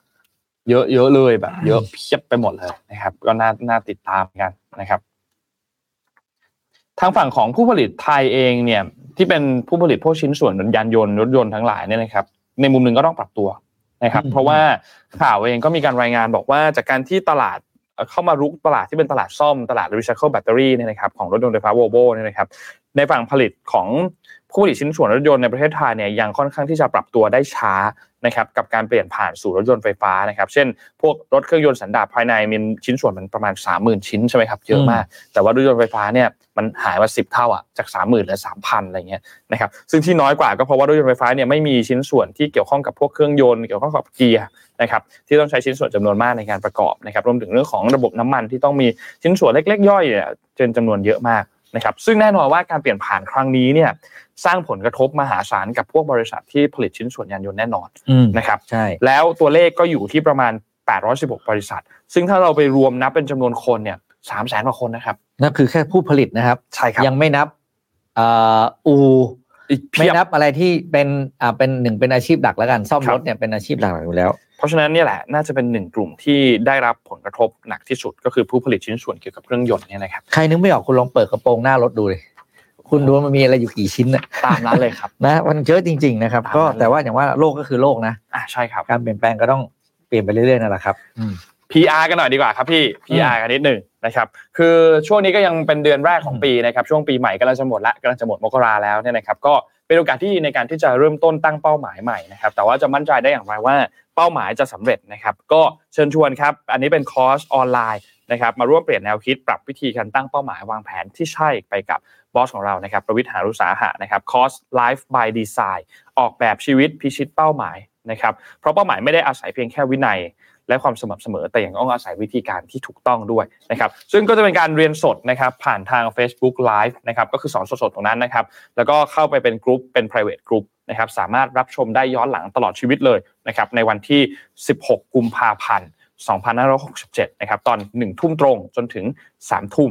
เยอะเยอะเลยแบบ เยอะเพียบไปหมดเลยนะครับ ก็น่าน่าติดตามกันนะครับ ทางฝั่งของผู้ผลิตไทยเองเนี่ย ที่เป็นผู้ผลิตพวกชิ้นส่วนยานยนต์รถยนต์ทั้งหลายเนี่ยนะครับ ในมุมหนึ่งก็ต้องปรับตัวนะครับ
อืม
เพราะว่าข่าวเองก็มีการรายงานบอกว่าจากการที่ตลาดเอ่อเข้ามารุกตลาดที่เป็นตลาดซ่อมตลาดรีไซเคิลแบตเตอรี่เนี่ยนะครับของรถยนต์ไฟฟ้าโวโบเนี่ยนะครับ ในฝั่งผลิตของผู้ผลิตชิ้นส่วนรถยนต์ในประเทศไทยเนี่ยยังค่อนข้างที่จะปรับตัวได้ช้านะครับกับการเปลี่ยนผ่านสู่รถยนต์ไฟฟ้านะครับ เช่น พวกรถเครื่องยนต์สันดาปภายในมีชิ้นส่วนมันประมาณ 30,000 ชิ้นใช่ไหมครับเยอะมาก แต่ว่ารถยนต์ไฟฟ้าเนี่ยมันหายมา10 เท่าอ่ะจาก 30,000เหลือ3,000อะไรเงี้ยนะครับซึ่งที่น้อยกว่าก็เพราะว่ารถยนต์ไฟฟ้าเนี่ยไม่มีชิ้นส่วนที่เกี่ยวข้องกับพวกเครื่องยนต์เกี่ยวข้องกับเกียร์ นะครับที่ต้องใช้ชิ้นส่วนจำนวนมากในการประกอบนะครับรวมถึงเรื่องของระบบน้ำมันที่ต้องมีชิ้นส่วนเล็ก ๆ ย่อยเนี่ยจนจำนวนเยอะมากนะครับซึ่งแน่นอนว่าการเปลี่ยนผ่านครั้งนี้เนี่ยสร้างผลกระทบมหาศาลกับพวกบริษัทที่ผลิตชิ้นส่วนยานยนต์แน่นอน
อืม
นะครับ
ใช่
แล้วตัวเลขก็อยู่ที่ประมาณ 816 บริษัท ซึ่งถ้าเราไปรวมนับเป็นจำนวนคนเนี่ยสามแสนกว่าคนนะครับ
นั่นคือแค่ผู้ผลิตนะครับ
ใช่ครับ
ยังไม่นับเอ่ออู
อีกเพี
ไม่
ยบ
นับอะไรที่เป็นอ่าเป็นหนึ่งเป็นอาชีพหลักแล้วกัน ซ่อม
ครับ
รถเนี่ยเป็นอาชีพหลักๆอยู่แล้ว
เพราะฉะนั้นเนี่ยแหละน่าจะเป็นหนึ่งกลุ่มที่ได้รับผลกระทบหนักที่สุดก็คือผู้ผลิตชิ้นส่วนเกี่ยวกับเครื่องยนต์เนี่ยนะครับ
ใครนึกไม่ออกคุณลองเปิดกระโปรงหน้ารถดูเลยคุณดูว่ามันมีอะไรอยู่กี่ชิ้นนะ
ตามนั้นเลยครับ
นะมันเยอะจริง ๆ นะครับ ก็
ตามนั้น
แต่ว่าอย่างว่าโลกก็คือโลกนะ
อ่ะใช่ครับ
การเปลี่ยนแปลงก็ต้องเปลี่ยนไปเรื่อยๆนั่นแหละครับ
PR กันหน่อยดีกว่าครับพี่ PR กันนิดหนึ่งนะครับคือช่วงนี้ก็ยังเป็นเดือนแรกของปีนะครับช่วงปีใหม่กำลังจะหมดละกำลังจะหมดมกราแล้วเนี่ยนะครับก็เป็นโอกาสที่ดีในการที่จะเริ่มต้นตั้งเป้าหมายใหม่นะครับแต่ว่าจะมั่นใจได้อย่างไรว่าเป้าหมายจะสำเร็จนะครับก็เชิญชวนครับอันนี้เป็นคอร์สออนไลน์นะครับมาร่วมเปลี่ยนแนวคิดปรับวิธีการตั้งเป้าหมายวางแผนที่ใช่ไปกับบอสของเรานะครับประวิทย์หารุสาหะนะครับคอร์ส Life by Design ออกแบบชีวิตพิชิตเป้าหมายนะครับเพราะเป้าหมายไม่ได้อาศัยเพียงแค่วินัย และความสม่ำเสมอแต่ยังต้องอาศัยวิธีการที่ถูกต้องด้วยนะครับซึ่งก็จะเป็นการเรียนสดนะครับผ่านทาง Facebook Live นะครับก็คือสอนสดๆตรงนั้นนะครับแล้วก็เข้าไปเป็นกลุ่มเป็น private group นะครับสามารถรับชมได้ย้อนหลังตลอดชีวิตเลยนะครับในวันที่ 16 กุมภาพันธ์ 2567 นะครับตอน 1 ทุ่มตรงจนถึง 3 ทุ่ม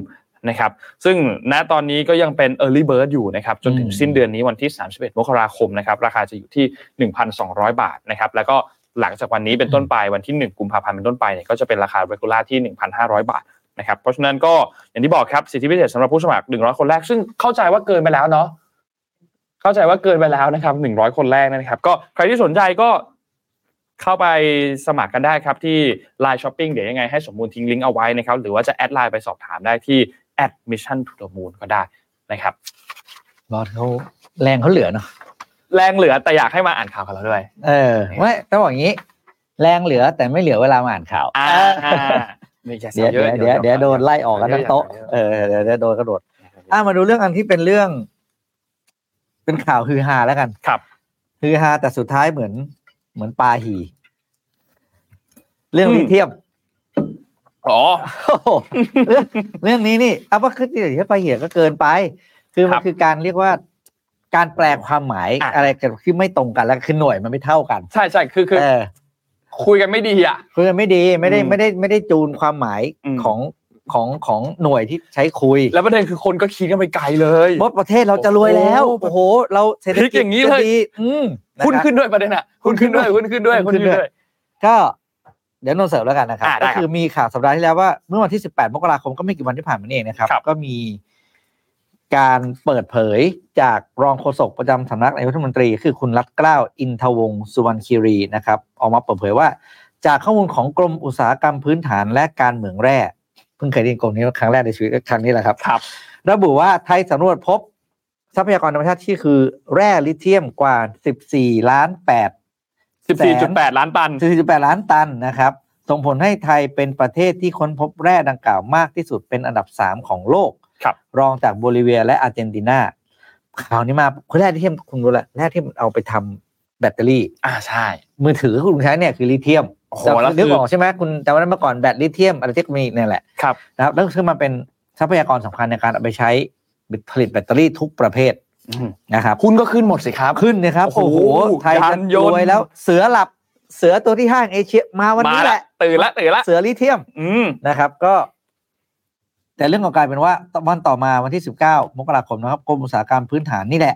นะครับซึ่งณตอนนี้ก็ยังเป็น Early Bird อยู่นะครับจนถึง
อืม
สิ้นเดือนนี้วันที่ 31 มกราคมนะครับราคาจะอยู่ที่ 1,200 บาทนะครับแล้วก็หลังจากวันนี้เป็นต้นไปวันที่ 1 กุมภาพันธ์เป็นต้นไปเนี่ยก็จะเป็นราคา regular ที่ 1,500 บาทนะครับเพราะฉะนั้นก็อย่างที่บอกครับสิทธิพิเศษสำหรับผู้สมัคร 100 คนแรก ซึ่งเข้าใจว่าเกินไปแล้วเนาะเข้าใจว่าเกินไปแล้วนะครับ 100 คนแรกนะครับ ก็ใครที่สนใจก็เข้าไปสมัครกันได้ครับที่ Line Shopping เดี๋ยวยังไงให้สมมูลทิ้งลิงก์เอาไว้นะครับหรือว่าจะแอดไลน์ไปสอบถามได้ที่ admission to the moon ก็ได้ นะครับ
บอสเขาแรงเขาเหลือเนาะ
แรงเหลือแต่อยากให้มาอ่านข่าวกับเราด้วย
เออไม่ต้องบอกอย่างนี้ แรงเหลือแต่ไม่เหลือเวลามาอ่านข่าว
อ่า
เออเดี๋ยวเดี๋ยวเดี๋ยวเดี๋ยวโดนไล่ออกกันทั้งโต๊ะเออเดี๋ยวเดี๋ยวโดนกระโดด อ่ะมาดูเรื่องอันที่เป็นเรื่อง เป็นข่าวฮือฮาแล้วกัน
ครับ
ฮือฮาแต่สุดท้ายเหมือน เหมือนปลาหี เรื่อง
อืม
ลิเทียม
อ๋อ
โอ้โหเรื่องเรื่องนี้นี่เอาว่าคือที่เดี๋ยวปลาหีก็เกินไป คือมั
ครั
น
บ
คือการเรียกว่า การแปลความหมาย
อ่ะ
อะไรกันที่ไม่ตรงกันแล้วคือหน่วยมันไม่เท่ากัน
ใช่ใช่คือคือ
เออ
คุยกันไม่ดีอ่ะ
คือไม่ดีไม่ได้
อืม
ไม่ได้ไม่ได้จูนความหมาย
อืม
ของของของหน่วยที่ใช้คุย
แล้วประเด็นคือคนก็คิดกันไปไกลเลย
มดประเทศเราจะรวยแล้ว
โอ้โห
โอ้โห เราเศรษฐ
พลิ
กิ
ก
จ
อย่างนี้
จะ
เลย
ดีอืม
หุ้น
นะครับ
ขึ้นด้วยประเด็นอ่ะหุ้นขึ้นด้วยหุ้นขึ้นด้วยหุ้นขึ้นด้วย
ก็เดี๋ยวนนท์เสริมแล้วกันนะครับ
อ่าได้
ก็
ครับ
คือมีข่าวสัปดาห์ที่แล้วว่าเมื่อวันที่ 18 มกราคมก็ไม่กี่วันที่ผ่านมานี่เองนะครับ
ครับ
ก็มีการเปิดเผยจากรองโฆษกประจำสำนักนายกรัฐมนตรี คือคุณรัตเกล้าอินทวงศ์สุวรรณคีรีนะครับออกมาเปิดเผยว่า จากข้อมูลของกรมอุตสาหกรรมพื้นฐานและการเหมืองแร่เพิ่งเคยได้ยินกรมนี้ครั้งแรกในชีวิตก็ครั้งนี้แหละครับ
ครับ
ระบุว่าไทยสำรวจพบ ทรัพยากรธรรมชาติที่คือแร่ลิเธียมกว่า 14 ล้าน8
สิบสี่จุดแปดล้านตัน
44.8 ล้านตันนะครับ ส่งผลให้ไทยเป็นประเทศที่ค้นพบแร่ดังกล่าวมากที่สุดเป็นอันดับ 3 ของโลก
ครับ
รองจากโบลิเวียและอาร์เจนตินาข่าวนี้มาคนแรกที่เทียมคุณรู้ละแรกที่มันเอาไปทำแบตเตอรี่
อ่าใช่
มือถือที่คุณใช้เนี่ยคือลิเธียม
โอ้โห
จำ
แล้ว
นึ
คื
ก
อ
ออกใช่ไหมคุณจำได้เมื่อก่อนแบตลิเธียมอะไรที่มีเนี่ยแหละ
ครับ
นะครับแล้วคือมันเป็นทรัพยากรสำคัญในการเอาไปใช้ผลิตแบตเตอรี่ทุกประเภทนะครับ
หุ้นก็ขึ้นหมดสิครับ
ขึ้นนะครับ
โอ้
โอ้
โห
โห ไทย
ยา
จะ
นยนต์
รวยแล้วเสือหลับเสือตัวที่ห้างเอเชียมาวันนี้แหละ
มาตื่นละตื่นละ
เสือลิเทียม
อืม
นะครับก็ แต่เรื่องของกลารเป็นว่าวันต่อมาวันที่ 19 มกราคมนะครับกรมอุตสาหกรรมพื้นฐานนี่แหละ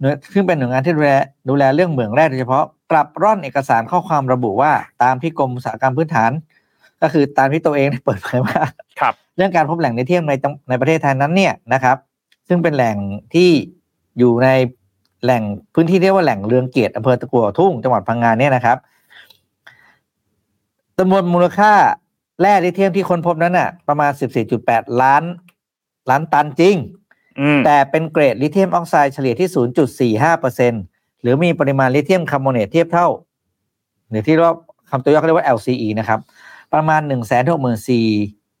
หน่วยซึ่งเป็นหน่วยงานที่ดูแลดูแลเรื่องเหมืองแร่โดยเฉพาะกลับร่อนเอกสารข้อความระบุว่าตามที่กรมอุตสาหกรรมพื้นฐาน ก็คือตามที่ตัวเองได้เปิดเผยมา
ครับ
เรื่องการพบแหล่งลิเทียมในจังในประเทศไทยนั้นเนี่ยนะครับ ซึ่งเป็นแหล่งที่อยู่ในแหล่งพื้นที่เรียกว่าแหล่งเรืองเกียรติอำเภอตะกัวทุ่งจังหวัดพังงานเนี่ยนะครับจำนวนมูลค่าแร่ลิเทียมที่ค้นพบนั้นน่ะ ประมาณ 14.8 ล้าน ล้านตันจริง
อืม
แต่เป็นเกรดลิเทียมออกไซด์เฉลี่ยที่ 0.45%หรือมีปริมาณลิเทียมคาร์บอเนตเทียบเท่า หรือที่เรียกว่าคำตัวย่อเขาเรียกว่า LCE นะครับ ประมาณ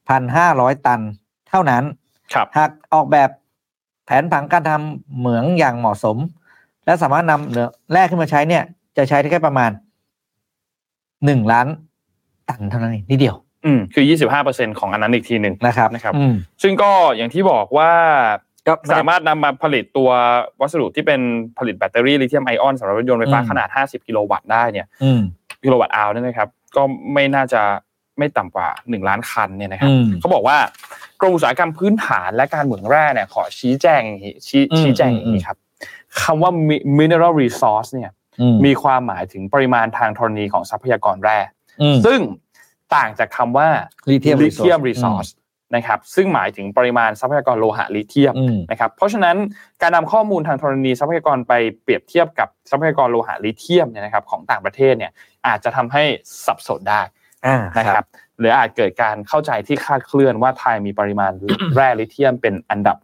164,500 ตันเท่านั้น
ครับ
หากออกแบบแผนผังการทำเหมืองอย่างเหมาะสม และสามารถนำเหลือแร่ขึ้นมาใช้เนี่ย จะใช้ได้แค่ประมาณหนึ่งล้านตันเท่านั้นเองนิดเดียว
อืมคือยี่สิบห้าเปอร์เซ็นของอันนั้นอีกทีหนึ่ง
นะครับ
นะครับ
อืม
ซึ่งก็อย่างที่บอกว่า
ก็ไม่
สา
ได้
มารถนำมาผลิตตัววัสดุที่เป็นผลิตแบตเตอรี่ลิเธียมไอออนสำหรับรถยนต์ไฟฟ้า
อืม
ขนาด 50 กิโลวัตต์ได้เนี่ย
อืม
กิโลวัตต์อาวเนี่ยนะครับ ก็ไม่น่าจะไม่ต่ำกว่า 1 ล้านคันเนี่ยนะครับ
อืม
เขาบอกว่ากรมอุตสาหกรรมพื้นฐานและการเหมืองแร่เนี่ยขอชี้แจงอย่างนี้ชี้
อืม
ชี้แจงอย่างนี้ครับคำว่า mi- mineral resource เนี่ย
อืม
มีความหมายถึงปริมาณทางธรณีของทรัพยากรแร่
อืม
ซึ่งต่างจากคำว่า
ลิเทียม
ลิเทียม
resource
รีซอสนะครับซึ่งหมายถึงปริมาณทรัพยากรโลหะลิเทียม
อืม
นะครับเพราะฉะนั้นการนำข้อมูลทางธรณีทรัพยากรไปเปรียบเทียบกับทรัพยากรโลหะลิเทียมเนี่ยนะครับของต่างประเทศเนี่ยอาจจะทำให้สับสนได้
อ่า
นะ
นะ
ค
ค
รั
รั
บบ หรืออาจเกิดการเข้าใจที่คลาดเคลื่อนว่าไทยมีปริมาณ แร่ลิเทียมเป็นอันดับ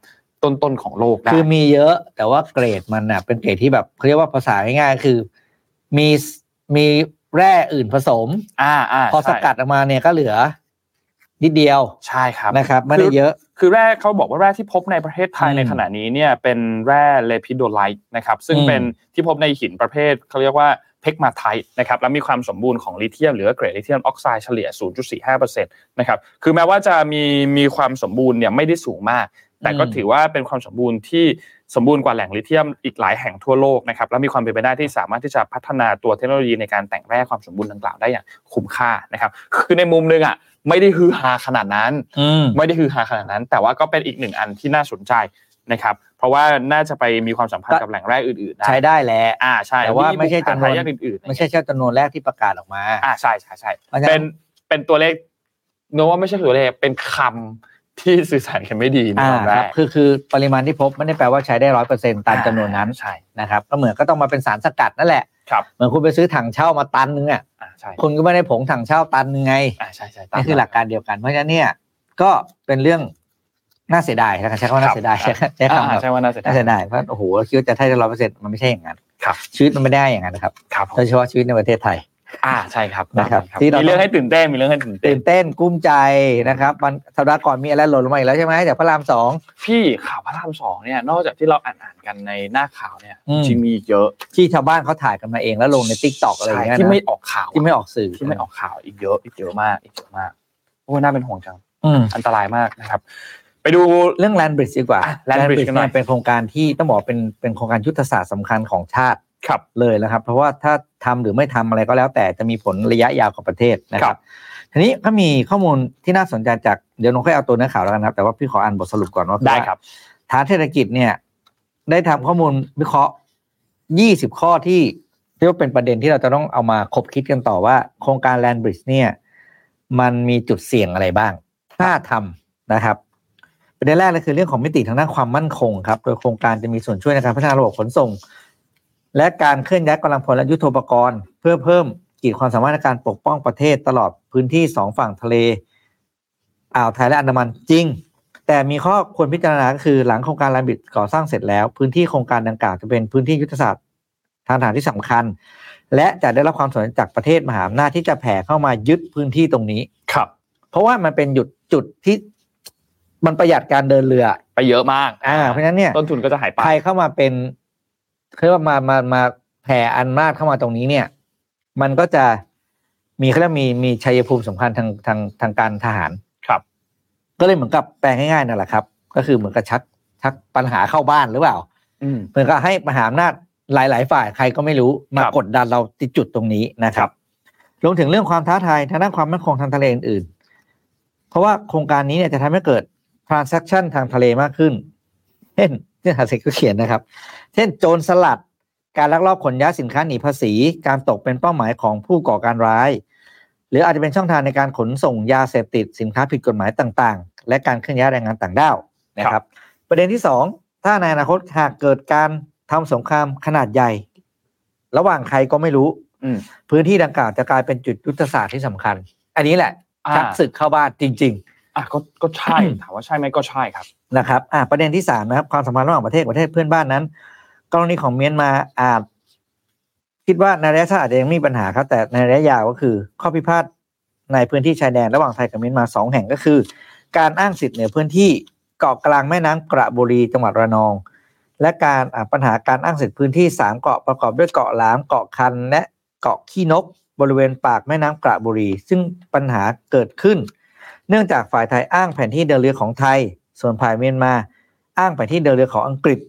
ต้นๆของโลกได้
คือมีเยอะ แต่ว่าเกรดมันน่ะ เป็นเกรดที่แบบเขาเรียกว่าภาษาง่ายๆคือ มีมีแร่อื่นผสม
อ่าอ่า
พอสกัดออกมาเนี่ยก็เหลือ นิดเดียว
ใช่ครับ
นะครับ ไม่ได้เยอะ
คือแร่เขาบอกว่าแร่ที่พบในประเทศไทย
อืม
ในขณะนี้เนี่ยเป็นแร่เลพิโดไลท์นะครับซึ่ง
อืม
เป็นที่พบในหินประเภทเขาเรียกว่าเพกมาไทต์นะครับและมีความสมบูรณ์ของลิเทียมหรือว่าเกรดลิเทียมออกไซด์เฉลี่ย 0.45%นะครับคือแม้ว่าจะมีมีความสมบูรณ์เนี่ยไม่ได้สูงมาก แต่ก็ถือว่าเป็นความสมบูรณ์ที่สมบูรณ์กว่าแหล่งลิเทียมอีกหลายแห่งทั่วโลกนะครับและมีความเป็นไปได้ที่สามารถที่จะพัฒนาตัวเทคโนโลยีในการแต่งแร่ความสมบูรณ์ดังกล่าวได้อย่างคุ้มค่านะครับคือในมุมหนึงอ่ะไม่ได้ฮือฮาขนาดนั้น
อืม
ไม่ได้ฮือฮาขนาดนั้น แต่ว่าก็เป็นอีกหนึ่งอันที่น่าสนใจนะครับ เพราะว่าน่าจะไปมีความสัมพันธ์กับแหล่งแร่อื่นๆได้
ใช้ได้แหละ
อ่าใช่
แต่ว่าไม่ใช่
บุกฐน
จำนวน
หายากอื่นๆ
ไม่ใช่แค่จำนวนแรกที่ประกาศออกมา
อ่าใช่ใช่ใช่
เพราะฉะ
เป็
นั้น
นเป็นตัวเลขโน้ว่าไม่ใช่ตัวเลขเป็นคำที่สื่อสารกันไม่ดีในต
อ่า
อน
ค
แร
รับ
ก
คือคือปริมาณที่พบไม่ได้แปลว่าใช้ได้ร้อยเปอร์เซ็นตามจำนวนนั้น
ใช่
นะครับ ก็เหมือนก็ต้องมาเป็นสารสกัดนั่นแหละ
ครับ
เหมือนคุณไปซื้อถังเช่ามาตันนึงอ่ะ
อ่าใช่
คุณก็ไม่ได้ผงถังเช่าตันนึงไง
อ่าใช่ใช่ตาม
นี่คือหลักการเดียวกันเพราะฉะนั้นเนี่ย ก็เป็นเรื่อง น่าเสียดายแล้วกันใช้คำว่าน่าเสียดาย
ครับ
ใช้คำ
อ่า
แบบ
ใช่ว่าน่าเสียดา
น่าย เสียดายเพราะโอ้โหคิดว่าจะได้ร้อยเปอร์เซ็นต์มันไม่ใช่อย่างนั้น
ครับ
ชีวิตมันไม่ได้อย่างนั้นนะครับ
ครับ
โดยเฉพาะชีวิตในประเทศไทย
อ่าใช่ครับ
นะครับที่
ที่มี
เรามี
เรื่องให้ตื่นเต้นมีเรื่องให้ตื่นเต้
ตื่
น
นเต้นกุ้มใจนะครับวันสัปดาห์ก่อนมีอะไรหล่นลงมาอีกแล้วใช่ไหมจากพระรามสอง
พี่ข่าวพระรามสองเนี่ยนอกจากที่เราอ่านอ่านๆกันในหน้าข่าวเนี่ย
อืม
จริงมีเยอะ
ที่ชาวบ้านเขาถ่ายกันมาเองแล้วลงในติ๊กต็อกอะไรอย่างเงี้ย
ที่
นะ
ไม่ออกข่าว
ที่ไม่ออกสื่อ
ที่ไม่ออกข่าวอีกเยอะอีกเยอะมากอีกเยอะมากโอ้ยน่าเป็นห่วงจัง
อืม
อันตรายมากนะครับ ไปดู
เรื่องแลนบริดจ์ดีกว่า
อ่ะ Land Bridge กันหน่อย
เป็นโครงการที่ต้องบอกเป็นเป็นโครงการยุทธศาสตร์สำคัญของชาติ
ครับ
เลยนะครับ เพราะว่าถ้าทำหรือไม่ทำอะไรก็แล้วแต่จะมีผลระยะยาวกับประเทศนะค
ครั
รับ
บ
ทีนี้ก็มีข้อมูลที่น่าสนใจจากเดี๋ยวน้องค่อยเอาตัวเนื้อข่าวแล้วกันนะครับ แต่ว่าพี่ขออ่านบทสรุปก่อนว่า
ได้ครับ
ฐานเศรษฐกิจเนี่ย ได้ทำข้อมูลวิเคราะห์ 20 ข้อที่เรียกว่าเป็นประเด็นที่เราจะต้องเอามาคบคิดกันต่อว่า โครงการแลนบริดจ์เนี่ย มันมีจุดเสี่ยงอะไรบ้าง ถ้าทำนะครับ ประเด็นแรกเลยคือเรื่องของมิติทางด้านความมั่นคงครับ โดยโครงการจะมีส่วนช่วยในการพัฒนาระบบขนส่ง และการเคลื่อนย้ายกำลังพลและยุทโธปกรณ์ เพื่อเพิ่มขีดความสามารถในการปกป้องประเทศตลอดพื้นที่สองฝั่งทะเลอ่าวไทยและอันดามันจริง แต่มีข้อควรพิจารณาก็คือหลังโครงการแลนบิดก่อสร้างเสร็จแล้ว พื้นที่โครงการดังกล่าวจะเป็นพื้นที่ยุทธศาสตร์ทางทหารที่สำคัญ และจะได้รับความสนใจจากประเทศมหาอำนาจที่จะแผ่เข้ามายึดพื้นที่ตรงนี้
ครับ
เพราะว่ามันเป็นหยุดจุดที่มันประหยัดการเดินเรือ
ไปเยอะมาก
อ่า เพราะฉะนั้นเนี่ย
ต้นทุนก็จะหายไป
ใครเข้ามาเป็นเขาเรียกว่ามามามาแผ่อันมาจเข้ามาตรงนี้เนี่ย มันก็จะมีเขาเรียกมีมีชัยภูมิสำคัญทางทางทางการทหาร
ครับ
ก็เลยเหมือนกับแปลงง่ายๆนั่นแหละครับ ก็คือเหมือนกับชักชักปัญหาเข้าบ้านหรือเปล่า
อืม
เหมือนกับให้มหาอำนาจหลาย ๆ ฝ่ายใครก็ไม่รู้มา
ครับ
กดดันเราติดจุดตรงนี้นะค
ครั
รับ
บ
รวมถึงเรื่องความท้าทายทางด้านความมั่นคงทางทะเลอื่น ๆ เพราะว่าโครงการนี้เนี่ยจะทำให้เกิด transaction ทางทะเลมากขึ้น เช่นที่หาเสกก็เขียนนะครับ เช่นโจรสลัด การลักลอบขนย้ายสินค้าหนีภาษี การตกเป็นเป้าหมายของผู้ก่อการร้าย หรืออาจจะเป็นช่องทางในการขนส่งยาเสพติดสินค้าผิดกฎหมายต่าง ๆ และการเคลื่อนย้ายแรงงานต่างด้าวนะครับ ประเด็นที่สองถ้าในอนาคตหากเกิดการทำสงครามขนาดใหญ่ ระหว่างใครก็ไม่รู้
อืม
พื้นที่ดังกล่าวจะกลายเป็นจุดยุทธศาสตร์ที่สำคัญ อันนี้แหละ
อ่า
ชักศึกเข้าบ้านจริง
อ่ะก็ก็ใช่ถามว่าใช่ไหมก็ใช่ครับ
ๆ นะครับอ่าประเด็นที่สามนะครับ ความสัมพันธ์ระหว่างประเทศกับประเทศเพื่อนบ้านนั้น กรณีของเมียนมาอาจ คิดว่าในระยะสั้นอาจจะยังไมมีปัญหาครับ แต่ในระยะยาวก็คือ ข้อพิพาทในพื้นที่ชายแดนระหว่างไทยกับเมียนมาสองแห่งก็คือ การอ้างสิทธิ์เหนือพื้นที่เกาะกลางแม่น้ำกระบุรีจังหวัดระนอง และการอ่าปัญหาการอ้างสิทธิ์พื้นที่สามเกาะประกอบด้วยเกาะหลามเกาะคัน และเกาะขี้นก บริเวณปากแม่น้ำกระบุรี ซึ่งปัญหาเกิดขึ้น เนื่องจากฝ่ายไทยอ้างแผนที่เดินเรือของไทย ส่วนฝ่ายเมียนมาอ้างแผนที่เดินเรือของอังกฤษ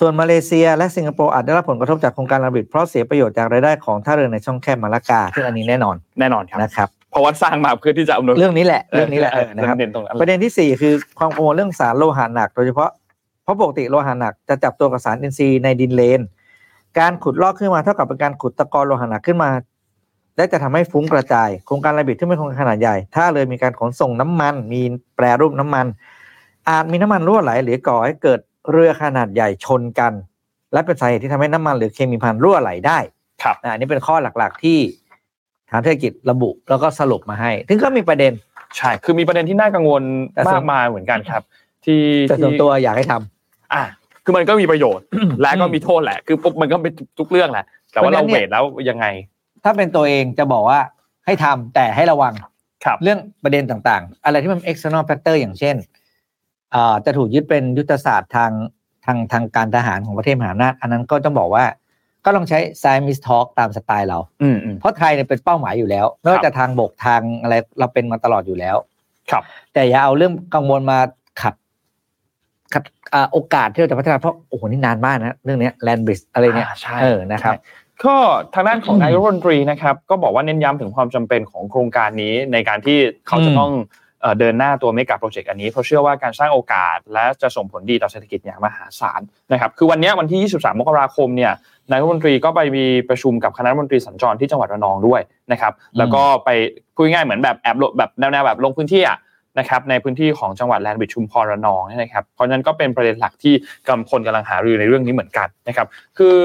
ส่วนมาเลเซียและสิงคโปร์อาจได้รับผลกระทบจากโครงการระบิดเพราะเสียประโยชน์จากรายได้ของท่าเรือในช่องแคบมาลากาซึ่งอันนี้แน่นอน
แน่นอนครับ
นะครับ
เพราะว่าสร้างมาเพื่อที่จะอำนวย
เรื่องนี้แหละเรื่องนี้แหละเออนะครับ
เด่นตรงนั้น
ประเด็นที่ 4 คือความกังวลเรื่องสารโลหะหนัก โดยเฉพาะเพราะปกติโลหะหนักจะจับตัวกับสารอินทรีย์ในดินเลน การขุดลอกขึ้นมาเท่ากับเป็นการขุดตะกอนโลหะหนักขึ้นมา และจะทำให้ฟุ้งกระจาย โครงการระบิดที่ไม่คงขนาดใหญ่ ถ้าเลยมีการขนส่งน้ำมัน มีแปรรูปน้ำมัน อาจมีน้ำมันรั่วไหลหรือก่อให้เกิดเรือขนาดใหญ่ชนกัน และเป็นสาเหตุที่ทำให้น้ำมันหรือเคมีพันรั่วไหลได้
ครับ
อ่ะอันนี้เป็นข้อหลักๆที่ทางเศรษฐกิจระบุแล้วก็สรุปมาให้ ถึงก็มีประเด็น
ใช่ คือมีประเด็นที่น่ากังวล
แต่ส่วน
มากมายเหมือนกันครับ ที่
แต่ส่วน
ที่
ตัวอยากให้ทำ
อ่ะคือมันก็มีประโยชน์ และก็มีโทษแหละ คือปุ๊บมันก็เป็นทุกเรื่องแหละ แต่ว่าเรา
เพราะ
เวท
ฉะนั้นเนี่ย
แล้วยังไง
ถ้าเป็นตัวเองจะบอกว่าให้ทำแต่ให้ระวัง
ครับ
เรื่องประเด็นต่างๆ อะไรที่มัน external factor อย่างเช่นเอ่อจะถูกยึดเป็นยุทธศาสตร์ทางทางทางการทหารของประเทศมหาอำนาจอันนั้นก็ต้องบอกว่าก็ลองใช้ science talk ตามสไตล์เรา
อืมอืม
เพราะไทยเนี่ยเป็นเป้าหมายอยู่แล้วไม่ว่าจะทางบกทางอะไรเราเป็นมาตลอดอยู่แล้ว
ครับ
แต่อย่าเอาเรื่องกังวลมาขัดขัดอ่าโอกาสที่เราจะพัฒนาเพราะโอ้โหนี่นานมากนะเรื่องเนี้แลนบริดอะไรเนี่ย
อ่าใช่
เออนะครับ
ก็ทางด้านของนายกรัฐมนตรีนะครับ ก็บอกว่าเน้นย้ำถึงความจำเป็นของโครงการนี้ในการที่เขาจะ
อืม
ต้องเอ่อเดินหน้าตัวเมกะโปรเจกต์อันนี้เพราะเชื่อว่าการสร้างโอกาสและจะส่งผลดีต่อเศรษฐกิจอย่างมหาศาลนะครับ คือวันเนี้ยวันที่ 23 มกราคมเนี่ยนายกรัฐมนตรีก็ไปมีประชุมกับคณะรัฐมนตรีสัญจรที่จังหวัดระนองด้วยนะครับ แล้วก็ไปพูดง่ายๆเหมือนแบบแอบลงแบบแนวๆแบบลงพื้นที่อะ นะครับในพื้นที่ของจังหวัดแลนด์บิดชุมพรระนองเนี่ยนะครับเพราะฉะนั้นก็เป็นประเด็นหลักที่กำพลกำลังหารือในเรื่องนี้เหมือนกันนะครับคือ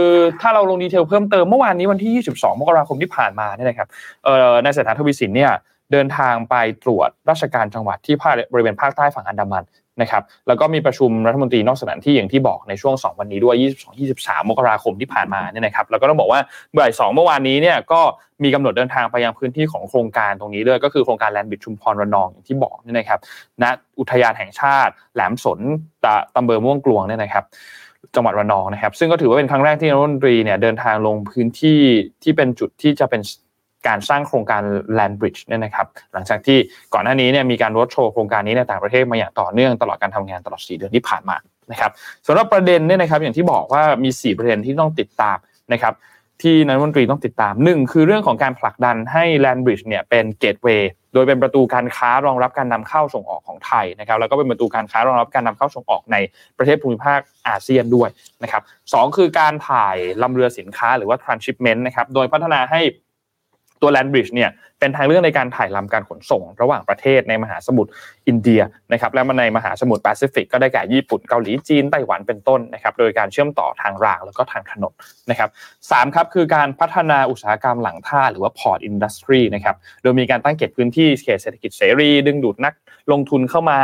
ถ้าเราลงดีเทลเพิ่มเติมเมื่อวานนี้วันที่ 22 มกราคมที่ผ่านมาเนี่ยนะครับเอ่อในเศรษฐาทวีสินเนี่ยเดินทางไปตรวจราชการจังหวัดที่ภาคบริเวณภาคใต้ฝั่งอันดามัน นะครับแล้วก็มีประชุมรัฐมนตรีนอกสถานที่อย่างที่บอกในช่วง 2 วันนี้ด้วย 22 23 มกราคมที่ผ่านมาเนี่ยนะครับแล้วก็ต้องบอกว่าบ่ายสองเมื่อวานนี้เนี่ยก็มีกำหนดเดินทางไปยังพื้นที่ของโครงการตรงนี้ด้วยก็คือโครงการแลนด์บิดชุมพรระนองอย่างที่บอกเนี่ยนะครับณอุทยานแห่งชาติ แหลมสนตะตำเบอม่วงกลวงเนี่ยนะครับ จังหวัดระนองนะครับ ซึ่งก็ถือว่าเป็นครั้งแรกที่นายกรัฐมนตรีเนี่ยเดินทางลงพื้นที่ที่เป็นจุดที่จะเป็นการสร้างโครงการ Land Bridge เนี่ยนะครับ หลังจากที่ก่อนหน้านี้เนี่ยมีการรถโชว์โครงการนี้ในต่างประเทศมาอย่างต่อเนื่องตลอดการทำงานตลอด 4 เดือนที่ผ่านมานะครับสำหรับประเด็นเนี่ยนะครับอย่างที่บอกว่ามี 4 ประเด็นที่ต้องติดตามนะครับที่นายกรัฐมนตรีต้องติดตาม 1 คือเรื่องของการผลักดันให้ Land Bridge เนี่ยเป็นเกตเวย์โดยเป็นประตูการค้ารองรับการนำเข้าส่งออกของไทยนะครับแล้วก็เป็นประตูการค้ารองรับการนำเข้าส่งออกใน ประเทศภูมิภาคอาเซียนด้วยนะครับสองคือการถ่ายลำเรือสินค้าหรือว่า transshipment นะครับโดยพัฒนาให้ตัว land bridge เนี่ยเป็นทางเลือกในการถ่ายลำการขนส่ง ระหว่างประเทศในมหาสมุทรอินเดียนะครับและมาในมหาสมุทรแปซิฟิกก็ได้แก่ญี่ปุ่นเกาหลีจีนไต้หวันเป็นต้นนะครับโดยการเชื่อมต่อทางรางแล้วก็ทางถนนนะครับสามครับคือการพัฒนาอุตสาหกรรมหลังท่าหรือว่า port industry นะครับโดยมีการตั้งเขตพื้นที่เขตเศรษฐกิจเสรี ดึงดูดนักลงทุนเข้ามา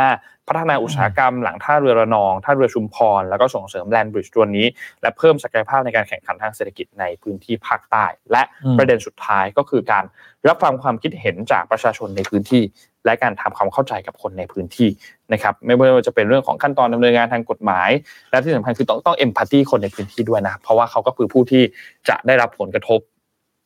พัฒนาอุตสาหกรรมหลังท่าเรือระนอง ท่าเรือชุมพร แล้วก็ส่งเสริมแลนด์บริดจ์ตัวนี้ และเพิ่มศักยภาพในการแข่งขันทางเศรษฐกิจในพื้นที่ภาคใต้ และ
อืม
ประเด็นสุดท้ายก็คือการรับฟังความคิดเห็นจากประชาชนในพื้นที่ และการทำความเข้าใจกับคนในพื้นที่นะครับไม่ว่าจะเป็นเรื่องของขั้นตอนดำเนินงานทางกฎหมาย และที่สำคัญคือต้องต้องเอมพัตตีคนในพื้นที่ด้วยนะเพราะว่าเขาก็คือผู้ที่จะได้รับผลกระทบ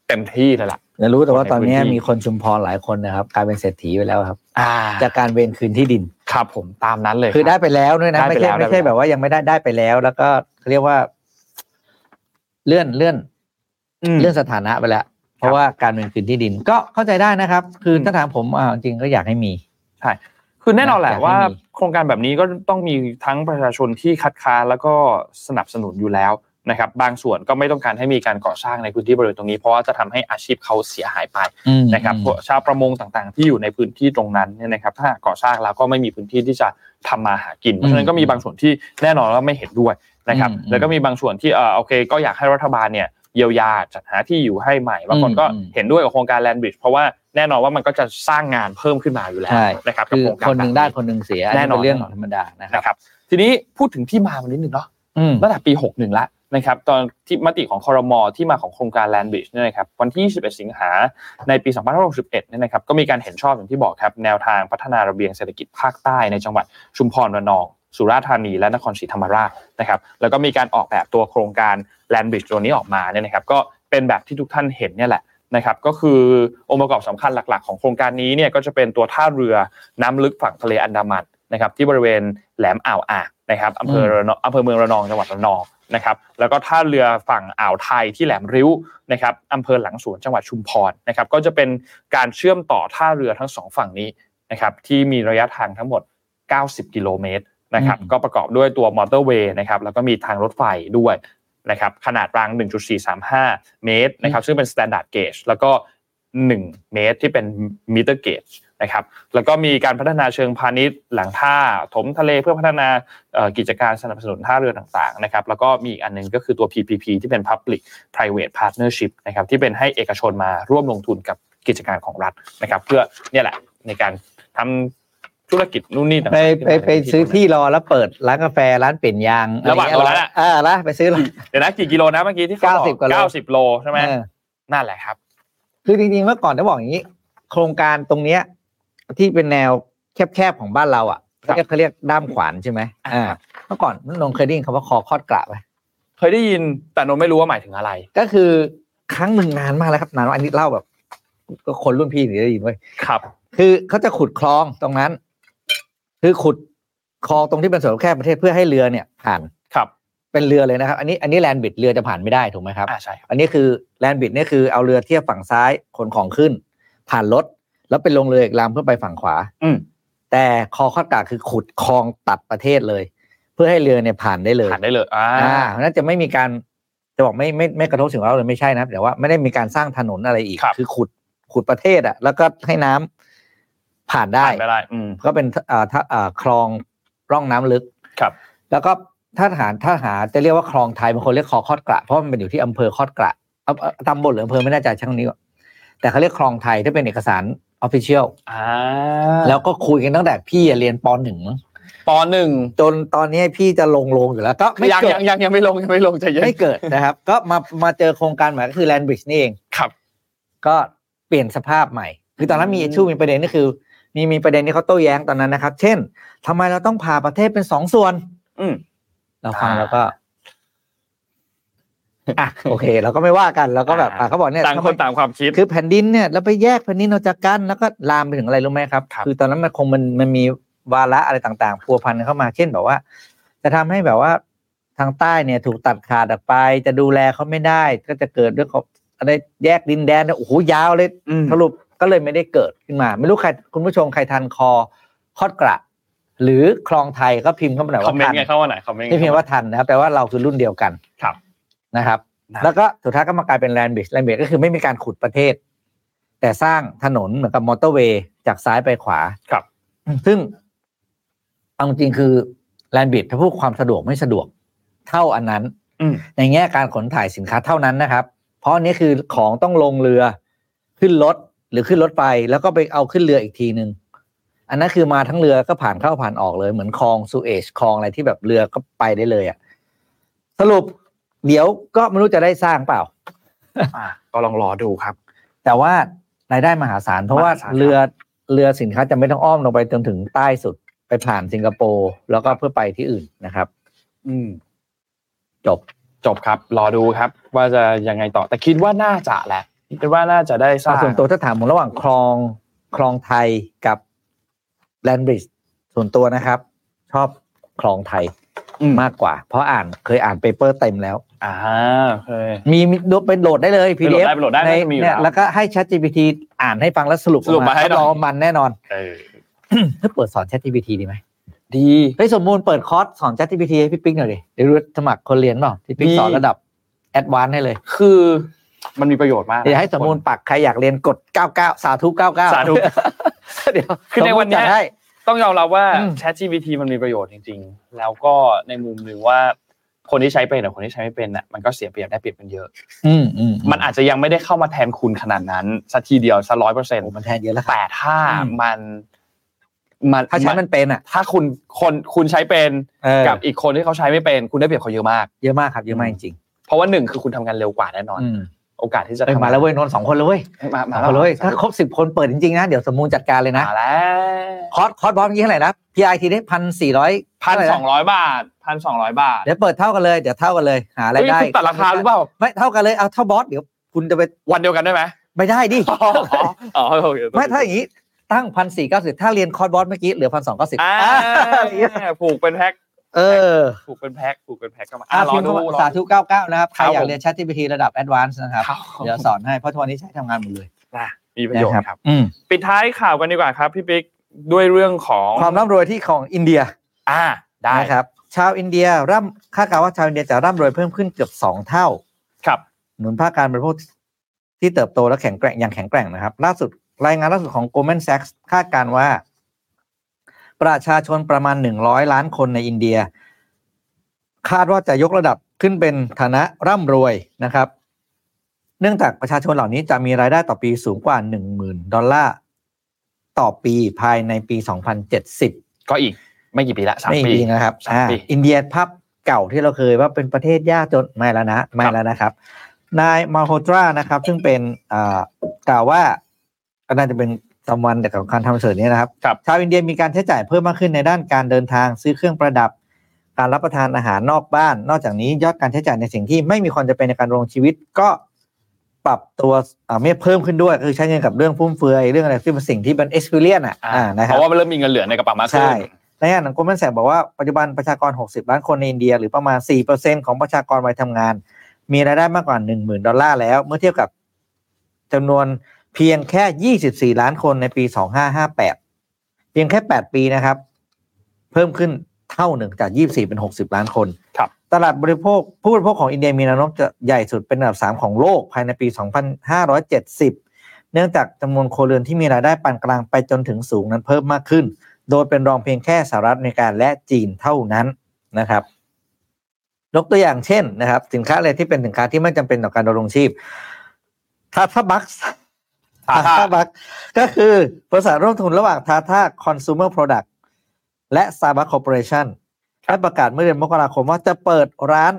เต็มที่เลยล่ะ
แล้วรู้แต่ว่าตอนเนี้ย
ในพื้นที่
มีคนชุมพรหลายคนนะครับกลายเป็นเศรษฐีไปแล้วครับ
อ่า
จากการเวรคืนที่ดิน
ครับผมตามนั้นเลย
คือได้
รับ
ไปแล้วด้วยนะ
ได้
ไม่
ไปแล้ว
ใช่ไม่ใช่
ได้ไปแล้ว
แบบว่ายังไม่ได้ได้ไปแล้ว แล้วก็เขาเรียกว่า เลื่อนเลื่อน
อืม
เลื่อนสถานะไปแล้ว เพราะว่าการเวรคืนที่ดิน ก็เข้าใจได้นะครับ คืออ
ม
ถ้าถามผมอ่าจริงๆก็อยากให้มี
คือแน่นอนแหละ
อยากให้
ว่า
มี
โครงการแบบนี้ก็ต้องมีทั้งประชาชนที่คัดค้านแล้วก็สนับสนุนอยู่แล้วนะครับ บางส่วนก็ไม่ต้องการให้มีการก่อสร้างในพื้นที่บริเวณตรงนี้เพราะว่าจะทำให้อาชีพเขาเสียหายไปนะครับพวกชาวประมงต่างๆ ที่อยู่ในพื้นที่ตรงนั้นเนี่ยนะครับ ถ้าหากก่อสร้างแล้วก็ไม่มีพื้นที่ที่จะทำมาหากินเพราะฉะนั้นก็มีบางส่วนที่แน่นอนว่าไม่เห็นด้วยนะครับ
อืมอืม
แล้วก็มีบางส่วนที่เออโอเค ก็อยากให้รัฐบาลเนี่ยเยียวยาจัดหาที่อยู่ให้ใหม่บางคนก็
อืมอืม
เห็นด้วยกับโครงการแลนด์บริดจ์เพราะว่าแน่นอนว่ามันก็จะสร้างงานเพิ่มขึ้นมาอยู่แล้ว
ใช่
นะครับกับ
คือ
โรงการ
คนหนึ่ง
แบ
ได้
บ
คนหนึ่งเสียอัน
แน่
นี้
นอน
เป็นเรื่องของธรรมดานะครั
นะ
บ
ครับทีนี้พูดถึงที่มามันนิดหนึ่งเนาะ
อืม
ตั้งแต่ปี 61 ละนะครับตอนที่มติของคอรมอที่มาของโครงการ Land Bridge เนี่ยนะครับวันที่ 21 สิงหาในปี 2561เนี่ยนะครับก็มีการเห็นชอบอย่างที่บอกครับ แนวทางพัฒนาระเบียงเศรษฐกิจภาคใต้ในจังหวัดชุมพรระนอง สุราษฎร์ธานีและนครศรีธรรมราชนะครับแล้วก็มีการออกแบบตัวโครงการ Land Bridge ตัวนี้ออกมาเนี่ยนะครับก็เป็นแบบที่ทุกท่านเห็นเนี่ยแหละนะครับก็คือองค์ประกอบสำคัญหลัก ๆ ของโครงการนี้เนี่ยก็จะเป็นตัวท่าเรือ น้ำลึกฝั่งทะเลอันดามันนะครับที่บริเวณแหลมอ่าวอ่างนะครับอำเภอ
อืม
ระนองอำเภอเมืองระนองจังหวัดระนองนะครับแล้วก็ท่าเรือฝั่งอ่าวไทยที่แหลมริ้วนะครับอำเภอหลังสวนจังหวัดชุมพรนะครับก็จะเป็นการเชื่อมต่อท่าเรือทั้งสองฝั่งนี้นะครับที่มีระยะทางทั้งหมด 90 กิโลเมตรนะครับ
อืม
ก็ประกอบด้วยตัวมอเตอร์เวย์นะครับแล้วก็มีทางรถไฟด้วยนะครับขนาดราง 1.435 เมตรนะครับซึ่งเป็น standard gauge แล้วก็ 1 เมตรที่เป็น meter gauge นะครับ แล้วก็มีการพัฒนาเชิงพาณิชย์หลังท่าถมทะเลเพื่อพัฒนาเอ่อกิจการสนับสนุนท่าเรือต่างๆนะครับแล้วก็มีอีกอันหนึงก็คือตัว PPP ที่เป็น Public Private Partnership นะครับที่เป็นให้เอกชนมาร่วมลงทุนกับกิจการของรัฐนะครับ เพื่อเนี่ยแหละในการทำธุรกิจนู่นนี่ต่างๆ
ไป
ที่
ไป
มัน
ไป
เป็น
ซื้อ
ที่
ที่รอแล้วเปิดร้านกาแฟร้านเปลี่ยนยางอไเงี้ย
ระหว่างรอแล้วอะ
เออละไปซื้อละ
เดี๋ยวนะกี่กิโลนะเมื่อกี้ที่เข
เก้าสิบกว่าโล
เก้าสิบโลใช่ไหม
เออ
นั่นแหละครับ
คือจริงๆเมื่อก่อนต้องบอกอย่างนี้ โครงการตรงเนี้ยที่เป็นแนวแคบๆของบ้านเราอ่ะ
ครับ
เขาเรียกเขาเรียกด้ามขวานใช่ไหมอ่าเมื่อก่อนนนท์เคยได้ยินคำว่าคอคอดกระไหม
เคยได้ยินแต่นนท์ไม่รู้ว่าหมายถึงอะไร
ก็คือครั้งหนึ่งนานมากแล้วครับนานมากอันนี้เล่าแบบ ก็คนรุ่นพี่ถึงได้ยินเว้ย
ครับ
คือเขาจะขุดคลองตรงนั้น คือขุดคลองตรงที่เป็นส่วนแคบประเทศเพื่อให้เรือเนี่ย ผ่าน
ครับ
เป็นเรือเลยนะครับ อันนี้อันนี้แลนบิดเรือจะผ่านไม่ได้ถูกไหมครับ
อ่าใช่ครับ
อันนี้คือแลนบิดนี่ยคือเอาเรือเทียบฝั่งซ้ายขนของขึ้น ผ่านรถแล้วไปลงเรืออีกลำเพื่อไปฝั่งขวา
อืม
แต่คอคอดกาคือขุดคลองตัดประเทศเลย เพื่อให้เรือเนี่ยผ่านได้เลย
ผ่านได้เลยอ่า
อ่าเพราะฉะนั้นจะไม่มีการจะบอกไม่ไม่ไม่กระทบสิ่งแวดล้อมเลยไม่ใช่นะครับแต่ว่าไม่ได้มีการสร้างถนนอะไรอีก
ครับ
อขุดขุดประเทศอ่ะ แล้วก็ให้น้ำผ่านได้
ผ่านไม่ได้อืม
ก็เป็นเอ่อท่าเอ่อคลองร่องน้ำลึก
ครับ
แล้วก็ถ้าหาถ้าหาจะเรียกว่าคลองไทยบางคนเรียกคลองคอดกระเพราะมันเป็นอยู่ที่อำเภอคอดกระเอาเอาตำบลหรืออำเภอไม่แน่ใจช่างนี้ก่อนแต่เขาเรียกคลองไทยถ้าเป็นเอกสารออฟฟิเชียล
อ่า
แล้วก็คุยกันตั้งแต่พี่อะเรียนปหนึ่งมั้ง
ปหนึ่ง
จนตอนนี้พี่จะลงลงอยู่แล้วก็ไม่
ยัง
เกิด
ยังยังยังไม่ลงยังไม่ลงใจเย็น
ไม่เกิดนะครับ ก็มามาเจอโครงการใหม่ก็คือแลนบริดจ์นี่เอง
ครับ
ก็เปลี่ยนสภาพใหม่ คือตอนนั้นมี
อืม
ชูมีประเด็นก็คือ มีมีประเด็นที่เขาโต้แย้งตอนนั้นนะครับ เช่นทำไมเราต้องผ่าประเทศเป็นสองส่วน
อืม
เราฟัง
อ่า
แล้วก็อ่ะ โอเค เราก็ไม่ว่ากันเราก็แบบ
อ่า
อ่ะเขาบอกเนี่ย
ต่าง
ทำไม
คนต่างความคิด
คือแผ่นดินเนี่ยแล้วไปแยกแผ่นดินออกจากกันแล้วก็ลามไปถึงอะไรรู้ไหมครับ
ครับ
อตอนนั้นมันคงมันมันมีวาระอะไรต่างๆพัวพันเข้ามาเช่นแบบว่า จะทำให้แบบว่าทางใต้เนี่ยถูกตัดขาดออกไป จะดูแลเขาไม่ได้ ก็จะเกิดเรื่องของอะไรแยกดินแดนเนี่ยโอ้โหยาวเลย
อืม
สรุปก็เลยไม่ได้เกิดขึ้นมา ไม่รู้ใครคุณผู้ชมใครทันคอคอดกระ หรือคลองไทยก็พิมพ์เข้ามาหน่อย
คอม
ว่า
เมน
ทั
ต์ไงเข้ามาหน่อยคอมเมนต์
ที่พิมพ์ว่าทันนะครับแปลว่าเราคือรุ่นเดียวกัน
ครับ
นะครับ
นะ
แล้วก็สุดท้ายก็มากลายเป็นแลนด์บริดจ์แลนด์บริดจ์ก็คือไม่มีการขุดประเทศ แต่สร้างถนนเหมือนกับมอเตอร์เวย์จากซ้ายไปขวา
ครับ
ซึ่งเอาจริงๆคือแลนด์บริดจ์ถ้าพูดความสะดวกไม่สะดวกเท่าอันนั้น
อืม
ในแง่การขนถ่ายสินค้าเท่านั้นนะครับ เพราะอันนี้คือของต้องลงเรือขึ้นรถหรือขึ้นรถไฟแล้วก็ไปเอาขึ้นเรืออีกทีหนึ่งอันนั้นคือมาทั้งเรือก็ผ่านเข้าผ่านออกเลย เหมือนคลองสุเอชคลองอะไรที่แบบเรือก็ไปได้เลยอะ่ะสรุป เดี๋ยวก็ไม่รู้จะได้สร้างเปล่า
อ่ะก็ลองรอดูครับ
แต่ว่ารายได้มหาศาลเพราะว่าม
หาศาลครับ
เรือเรือสินค้าจะไม่ต้องอ้อมลงไปจนถึงใต้สุดไปผ่านสิงคโปร์แล้วก็เพื่อไปที่อื่นนะครับ
อืม
จบ
จบครับ รอดูครับ ว่าจะยังไงต่อ แต่คิดว่าน่าจะแหละ คิดว่าน่าจะได้สร้าง
ส่วนตัวถ้าถามผมระหว่างคลองคลองไทยกับแลนบริดจ์ส่วนตัวนะครับ ชอบคลองไทย
อืม
มากกว่า เพราะอ่านเคยอ่านเปเปอร์เต็มแล้ว
อ่าโอเค
มีมีโหลดเป็นโหลดได้เลย
ไปโหล
PDF
ดได้ไปโหลดได้
ใน
น่าจะมีอยู่
เนี่ย
แล้ว
แล้วก็ให้ ChatGPT อ่านให้ฟังแล้วสรุปออก
สรุปมาให้หน่อย
รับรองว่ามันแน่นอน
เออ
ถ้าเปิดสอน ChatGPT ดีไหม
ดี
เฮ้ยสมมูลเปิดคอร์สสอน ChatGPT ให้พี่ปิ๊กหน่อยดิเดี๋ยวรู้สมัครคนเรียนเปล่าพี่ปิ๊ก
ดี
สอนระดับแอดวานซ์ให้เลย
คือมันมีประโยชน์มากนะ
เดี๋ยวให้สมมูลปักใครอยากเรียนกด 99 สาธุ 99
สาธุ
เดี๋ยว
คือในวันเนี้ย
สมมุติจัดให้
ต้องยอมรับว่า
อืม
Chat GPT มันมีประโยชน์จริง ๆ แล้วก็ในมุมหนึ่งว่าคนที่ใช้เป็นกับคนที่ใช้ไม่เป็นน่ะมันก็เสียเปรียบได้เปรียบกันเยอะ
อืมอืม
มันอาจจะยังไม่ได้เข้ามาแทนคุณขนาดนั้นสัทีเดียวสัร้อยเปอร์เซ็นต์
มันแทนเยอะแล้วครับ
แต่ถ้า
อืม
มันมัน
ถ้าใช้มันเป็นอ่ะ
ถ้าคุณคนคุณใช้เป็น
เออ
กับอีกคนที่เขาใช้ไม่เป็น คุณได้เปรียบเขาเยอะมาก
เยอะมากครับเยอะมากจริง
เพราะว่าหนึ่งคือคุณทำงานเร็วกว่าแน่นอน
อืม
โอกาสที่จะ
เอ้ย
ทำ
มาแล้วเว้ยนนท์สองคนเลยเว้ย
มา
ส
มา
อง
แล้วน
คเลยเว้ยถ้าครบสิบคนเปิดจริงๆนะเดี๋ยวสมมูลจัดการเลยนะ
มาแล้ว
คอร์สคอร์สบอมยี่เท่าไหร่นะ PI ทีได้พันสี่ร้อย
พันสองร้อยบาทพันสองร้อยบาท
เดี๋ยวเปิดเท่ากันเลยเดี๋ยวเท่ากันเลยหาอะไรายได้
เฮ้ยคุณตัดราคาหรือเปล่า
ไม่เท่ากันเลยเอาเท่าบอสเดี๋ยวคุณจะไป
วันเดียวกันได้ไหม
ไม่ได้ดิ
อ๋ออ๋อโอเค
ไม่ถ้าอย่างนี้ตั้งพันสี่เก้าสิบถ้าเรียนคอร์สบอสเมื่อกี้เหลือพันสองเก้าสิบ
อ่าผูกเป็นแพ็ค
เออ
ผูกเป็นแพ็คผูกเป็นแพ็คเข้ามา
อา
อ่ะรอ
พิมพ์
ดู
เข้ามาร
อ
สา
ดู
ธุเก้าเก้านะครับ ใคร
ครับ
อยา
ผม
กเรียน ChatGPT ระดับ Advanced นะครับ
ครับ
เดี๋ยวสอนให้เพราะทุกวันนี้ใช้ทำงานหมดเลย
นะมีประโยชน์ครับ
อืม
ปิดท้ายข่าวกันดีกว่าครับพี่ปิ๊กด้วยเรื่องของ
ความร่ำรวยที่ของอินเดีย
อ่า
ได้
นะครับ ชาวอินเดียร่ำคาดการณ์ว่าชาวอินเดียจะร่ำรวยเพิ่มขึ้นเกือบสองเท่า
ครับ
หนุนภาคการบริโภคที่เติบโตและแข็งแกร่งอย่างแข็งแกร่งนะครับ ล่าสุดรายงานล่าสุดของ Goldman Sachs คาดการณ์ว่า ประชาชนประมาณ 100 ล้านคนในอินเดีย คาดว่าจะยกระดับขึ้นเป็นฐานะร่ำรวยนะครับ เนื่องจากประชาชนเหล่านี้จะมีรายได้ต่อปีสูงกว่า 10,000 ดอลลาร์ต่อปีภายในปี 2070
ก็อีกไม่กี่ปีละสาม
ไม่
ปี
ดีนะครับ
สาม
อ่า
ปี
อินเดียภาพเก่าที่เราเคยว่าเป็นประเทศยากจนไม่แล้วนะไม่แล้วนะครับ นายมาโฮตรานะครับ ซึ่งเป็นอ่ากล่าวว่าก็น่าจะเป็นตำวันของการทำเสริมนี้นะครับ
ครับ
ชาวอินเดียมีการใช้จ่ายเพิ่มมากขึ้นในด้านการเดินทางซื้อเครื่องประดับ การรับประทานอาหารนอกบ้าน นอกจากนี้ยอดการใช้จ่ายในสิ่งที่ไม่มีความจำเป็นในการดำรงชีวิตก็ปรับตัวอ่าไม่เพิ่มขึ้นด้วยคือใช้เงินกับเรื่องฟุ่มเฟือยเรื่องอะไรที่เป็นสิ่งที่เป็น experience อ่ะ
อ่า
อ่านะค
เพ
รับ
ราะว่ามันเริ่มมีเงินเหลือในกระเป๋ามากขึ้น
ใช่ ในงานของ Goldman Sachs บอกว่าปัจจุบันประชากร 60 ล้านคนในอินเดีย หรือประมาณ 4%ของประชากรวัยทำงาน มีรายได้มากกว่า 10,000 ดอลลาร์แล้ว เมื่อเทียบกับจำนวนเพียงแค่ 24 ล้านคนในปี 2558 เพียงแค่ 8 ปีนะครับ เพิ่มขึ้นเท่าหนึ่งจาก 24 เป็น 60 ล้านคน ตลาดบริโภคผู้บริโภคของอินเดียมีแนวโน้มจะใหญ่สุดเป็นอันดับ 3 ของโลกภายในปี 2570 เนื่องจากจำนวนครัวเรือนที่มีรายได้ปานกลางไปจนถึงสูงนั้นเพิ่มมากขึ้น โดยเป็นรองเพียงแค่สหรัฐอเมริกาและจีนเท่านั้นนะครับ ยกตัวอย่างเช่นนะครับ สินค้าอะไรที่เป็นสินค้าที่ไม่จำเป็นต่อการดำรงชีพทาทาบัคทาทาบัคก็คือบริษัทร่วมทุนระหว่างทาทาคอน sumer product และ Starbucks Corporation ได้ประกาศเมื่อเดือนมกราคมว่าจะเปิดร้าน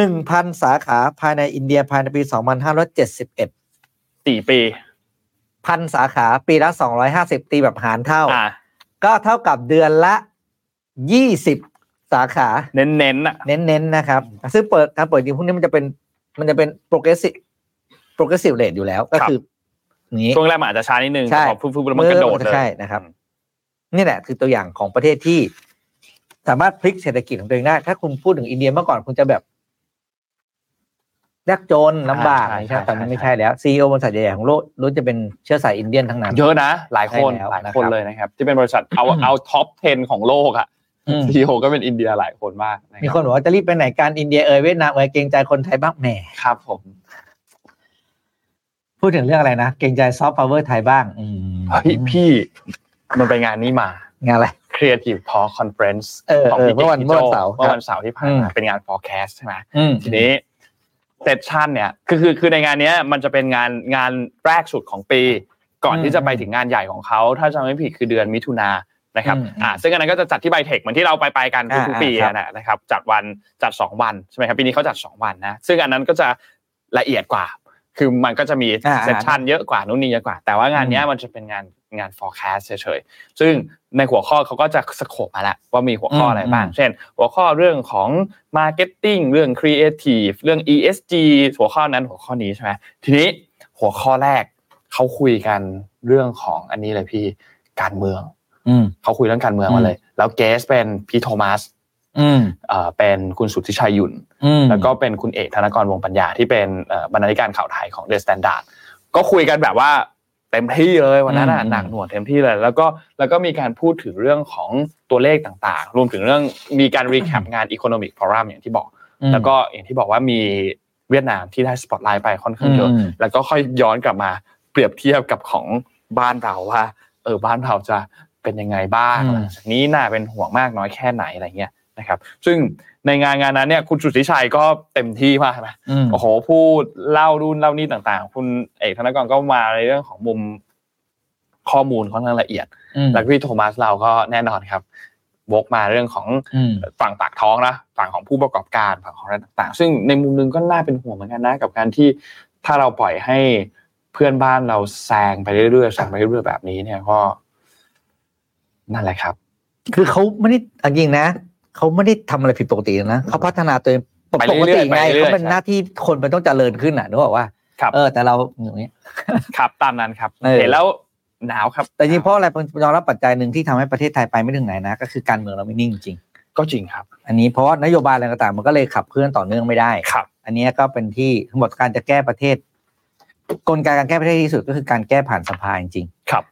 1,000 สาขาภายในอินเดียภายในปี 2571
สี่ปี
พันสาขาปีละ 250 ตีแบบหารเท่า
อ่า
ก็เท่ากับเดือนละ 20 สาขา
เน้นๆอ่ะ
เน้นๆนะครับ ซึ่งเปิดการเปิดจริงพวกนี้มันจะเป็นมันจะเป็นโปรเกรสซีฟโปรเกรสซีฟเรทอยู่แล้วก็
ครับ
คืออย่างนี้
ช่วงแรกมันอาจจะช้านิดนึง
ใช่
พอฟุ้งๆแล้วมันกระโดดเลย
ใช่นะครับ นี่แหละคือตัวอย่างของประเทศที่ สามารถพลิกเศรษฐกิจของตัวเองได้ ถ้าคุณพูดถึงอินเดียเมื่อก่อนคุณจะแบบยากจนลำบาก
ใช่ใช่
ใช่ไหมแต่
ใช่
มันไม่ใช่แล้วซีอีโอบริษัทใหญ่ๆของโลกล้วนจะเป็นเชื้อสายอินเดียนทั้งนั้น
เยอะนะ หลายคน
ใช่แล้ว
หลายคน
นะครับ
เลยนะครับ ที่เป็นบริษัทเอา
อืม
เอาท็อป 10 ของโลกอ่ะ
อืม
ซีโอก็เป็นอินเดียหลายคนมากะรับ
มีคนบอกว่าจะรีบไปไหนการอินเดียเอยเวียดนามเอยเกรงใจคนไทยบ้างแหม
ครับผม
พูดถึงเรื่องอะไรนะเกรงใจซอฟต์พาวเวอร์ไทยบ้าง อืม
เฮ้ยพี่มันไปงานนี้มา
งานอะไร
Creative Talk Conference
เออ
ของ
เออ
พี่
เมื่อวัน
พี่
เมื่
โจ
อวันเสาร์
เมื่อวันเสาร์ที่ผ่านมา
อืม
เป็นงาน forecast ใช่ไหม
อืม
ทีนี้เซสชันเนี่ยคือคือคือในงานเนี้ยมันจะเป็นงานงานแรกสุดของปี ก่อน
อืม
ที่จะไปถึงงานใหญ่ของเขาถ้าจำไม่ผิดคือเดือนมิถุนานะครับ
อืม
อ่าซึ่งอันนั้นก็จะจัดที่ไบเทคเหมือนที่เราไปไปกันทุก
อ่า
ๆปี
ครับ
นะนะครับจัดวันจัด 2 วันใช่ไหมครับปีนี้เขาจัด 2 วันนะซึ่งอันนั้นก็จะละเอียดกว่า คือมันก็จะมี
อ่าอ่า
เซสชันเยอะกว่านู่นนี่เยอะกว่า แต่ว่างานเนี้ยมันจะเป็นงานงาน forecast เฉยๆซึ่งในหัวข้อเขาก็จะสโคปมาแล้วว่ามีหัวข้ออะไรบ้าง
อืม
เช่น หัวข้อเรื่องของ Marketing เรื่อง Creative เรื่อง ESG หัวข้อนั้นหัวข้อนี้ใช่ไหมทีนี้หัวข้อแรกเขาคุยกันเรื่องของอันนี้เลยพี่การเมือง
อืม
เขาคุยเรื่องการเมือง
อืม
มาเลย แล้วเกสเป็นพี่โทมัส
อืม
เอ่อเป็นคุณสุทธิชัยหยุ่น
อืม
แล้วก็เป็นคุณเอกธนกรวงปัญญาที่เป็นเอ่อบรรณาธิการข่าวไทยของ The Standard ก็คุยกันแบบว่าเต็มที่เลยวันนั้นน่ะ
อืม
หนักหน่วงเต็มที่เลย แล้วก็แล้วก็มีการพูดถึงเรื่องของตัวเลขต่างๆ รวมถึงเรื่องมีการรีแคปงาน Economic Forum อย่างที่บอก แล้วก็อย่างที่บอกว่ามีเวียดนามที่ได้สปอตไลท์ไปค่อนข้างเยอะ
ม
แล้วก็ค่อยย้อนกลับมาเปรียบเทียบกับของบ้านเราว่าเออบ้านเราจะเป็นยังไงบ้าง
อืม
หลังจากนี้น่าเป็นห่วงมากน้อยแค่ไหนอะไรเงี้ยนะครับซึ่งในงานงานนั้นเนี่ยคุณสุทธิชัยก็เต็มที่มากนะ
อืม
โอ้โหพูดเล่ารุ่นเล่านี่ต่างๆ คุณเอกธนกรก็มาในเรื่องของมุมข้อมูลค่อนข้างละเอียด แล้วพี่โทมัสเราก็แน่นอนครับวกมาเรื่องของ
อืม
ฝั่งปากท้องนะฝั่งของผู้ประกอบการฝั่งของอะไรต่างๆ ซึ่งในมุมหนึงก็น่าเป็นห่วงเหมือนกันนะกับการที่ถ้าเราปล่อยให้เพื่อนบ้านเราแซงไปเรื่อยๆแซงไปเรื่อยๆแบบนี้เนี่ยก็นั่นแหละครับ
คือเขาไม่ได้เอาจริงนะเขาไม่ได้ทำอะไรผิดปกตินะเขาพัฒนาตัวเองปก
ไปเรื่อยๆ
ติ
ไป
ไง
เรื่อยๆ
เขาเป็น
ใช่
หน้าที่คนมันต้องเจริญขึ้นอ่ะนึกออกว่า
ครับ
เออแต่เราอย่างเงี้ย
ครับตามนั้นครับ
เออ
เห็นแล้วหนาวครับ
แต่จริงเพราะอะไรยอมรับปัจจัยหนึ่งที่ทำให้ประเทศไทยไปไม่ถึงไหนนะ ก็คือการเมืองเราไม่นิ่งจริง
ก็จริงครับ
อันนี้เพราะว่านโยบายอะไรต่างๆมันก็เลยขับเคลื่อนต่อเนื่องไม่ได้
ครับ
อันเนี้ยก็เป็นที่ทั้งหมดการจะแก้ประเทศ กลไกการแก้ประเทศที่ดีสุดก็คือการแก้ผ่านสภาจริง
ครับ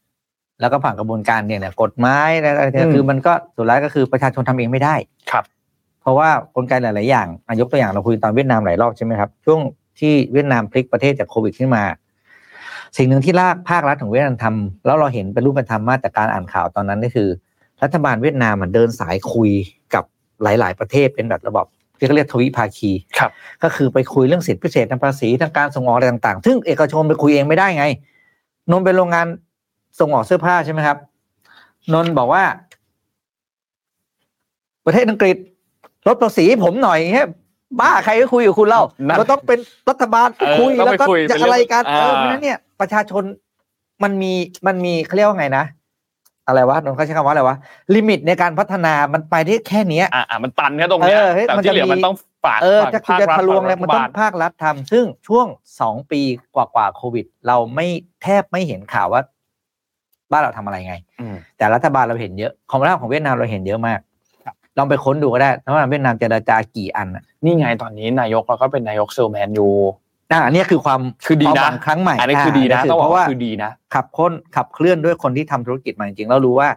ๆแล้วก็ผ่านกระบวนการเนี่ยแหละกฎหมายอะไรเนี่ย
อืม
คือมันก็สุดท้ายก็คือประชาชนทำเองไม่ได้
ครับ
เพราะว่ากลไกหลาย ๆ อย่างอะยกตัวอย่างเราคุยตอนเวียดนามหลายรอบใช่ไหมครับ ช่วงที่เวียดนามพลิกประเทศจากโควิดขึ้นมา สิ่งหนึ่งที่ลากภาครัฐของเวียดนามทำแล้วเราเห็นเป็นรูปธรรมมาจากการอ่านข่าวตอนนั้นก็คือ รัฐบาลเวียดนามอะเดินสายคุยกับหลาย ๆ ประเทศเป็นแบบระบบที่เขาเรียกทวิภาคี
ครับ
ก็คือไปคุยเรื่องสิทธิพิเศษทางภาษีทางการส่งออกอะไรต่าง ๆ ซึ่งเอกชนไปคุยเองไม่ได้ไง นนท์เป็นโรงงานส่งออกเสื้อผ้าใช่ไหมครับ นนท์บอกว่า ประเทศอังกฤษลดภาษีผมหน่อยเฮ้ยบ้าใครก็คุยกับคุณเล่า
นั่น
เราต้องเป็นรัฐบาล
เออ
คุย
ต้อง
แล้ว
ไป
ก็
คุย
จะ
เป็นเรื่อง
อะไรกันเออ
อ่า
เพราะฉะนั้นเนี่ย ประชาชนมันมีมันมีเขาเรียกว่าไงนะ อะไรวะนนท์เขาใช้คำว่าอะไรวะลิมิตในการพัฒนามันไปได้แค่เนี้ย
อ่ะอ่ะมันตันแค่ตรงเนี้ย
เออเฮ้ย
แต่
มัน
ที่
จะ
เหลือ
มี
มันต้องฝาก
เออ
ฝาก
จะคือจะ
ภาค
ทะลวงอะไร
รัฐ
มันต้อบ
าง
ภาครัฐทำซึ่งช่วงสองปีกว่าๆโควิด เราไม่แทบไม่เห็นข่าวว่า บ้านเราทำอะไรไง
อืม
แต่รัฐบาลเราเห็นเยอะของรัฐของเวียดนามเราเห็นเยอะมาก
ครับ
ลองไปค้นดูก็ได้ว่าเวียดนามเจรจากี่อันน่ะ
นี่ไงตอนนี้นายกเราก็เป็นนายกเซลแมนอยู่
อ่ะอันเนี้ยคือความ
คือดีนะ
วามหวังครั้งใหม่
อันนี้คือดีนะ
า
ต้องบ
เพ
อก
ราะว่า
ว่าคือดีนะ
ขับค้นขับเคลื่อนด้วยคนที่ทำธุรกิจมาจริงๆแล้วรู้ว่า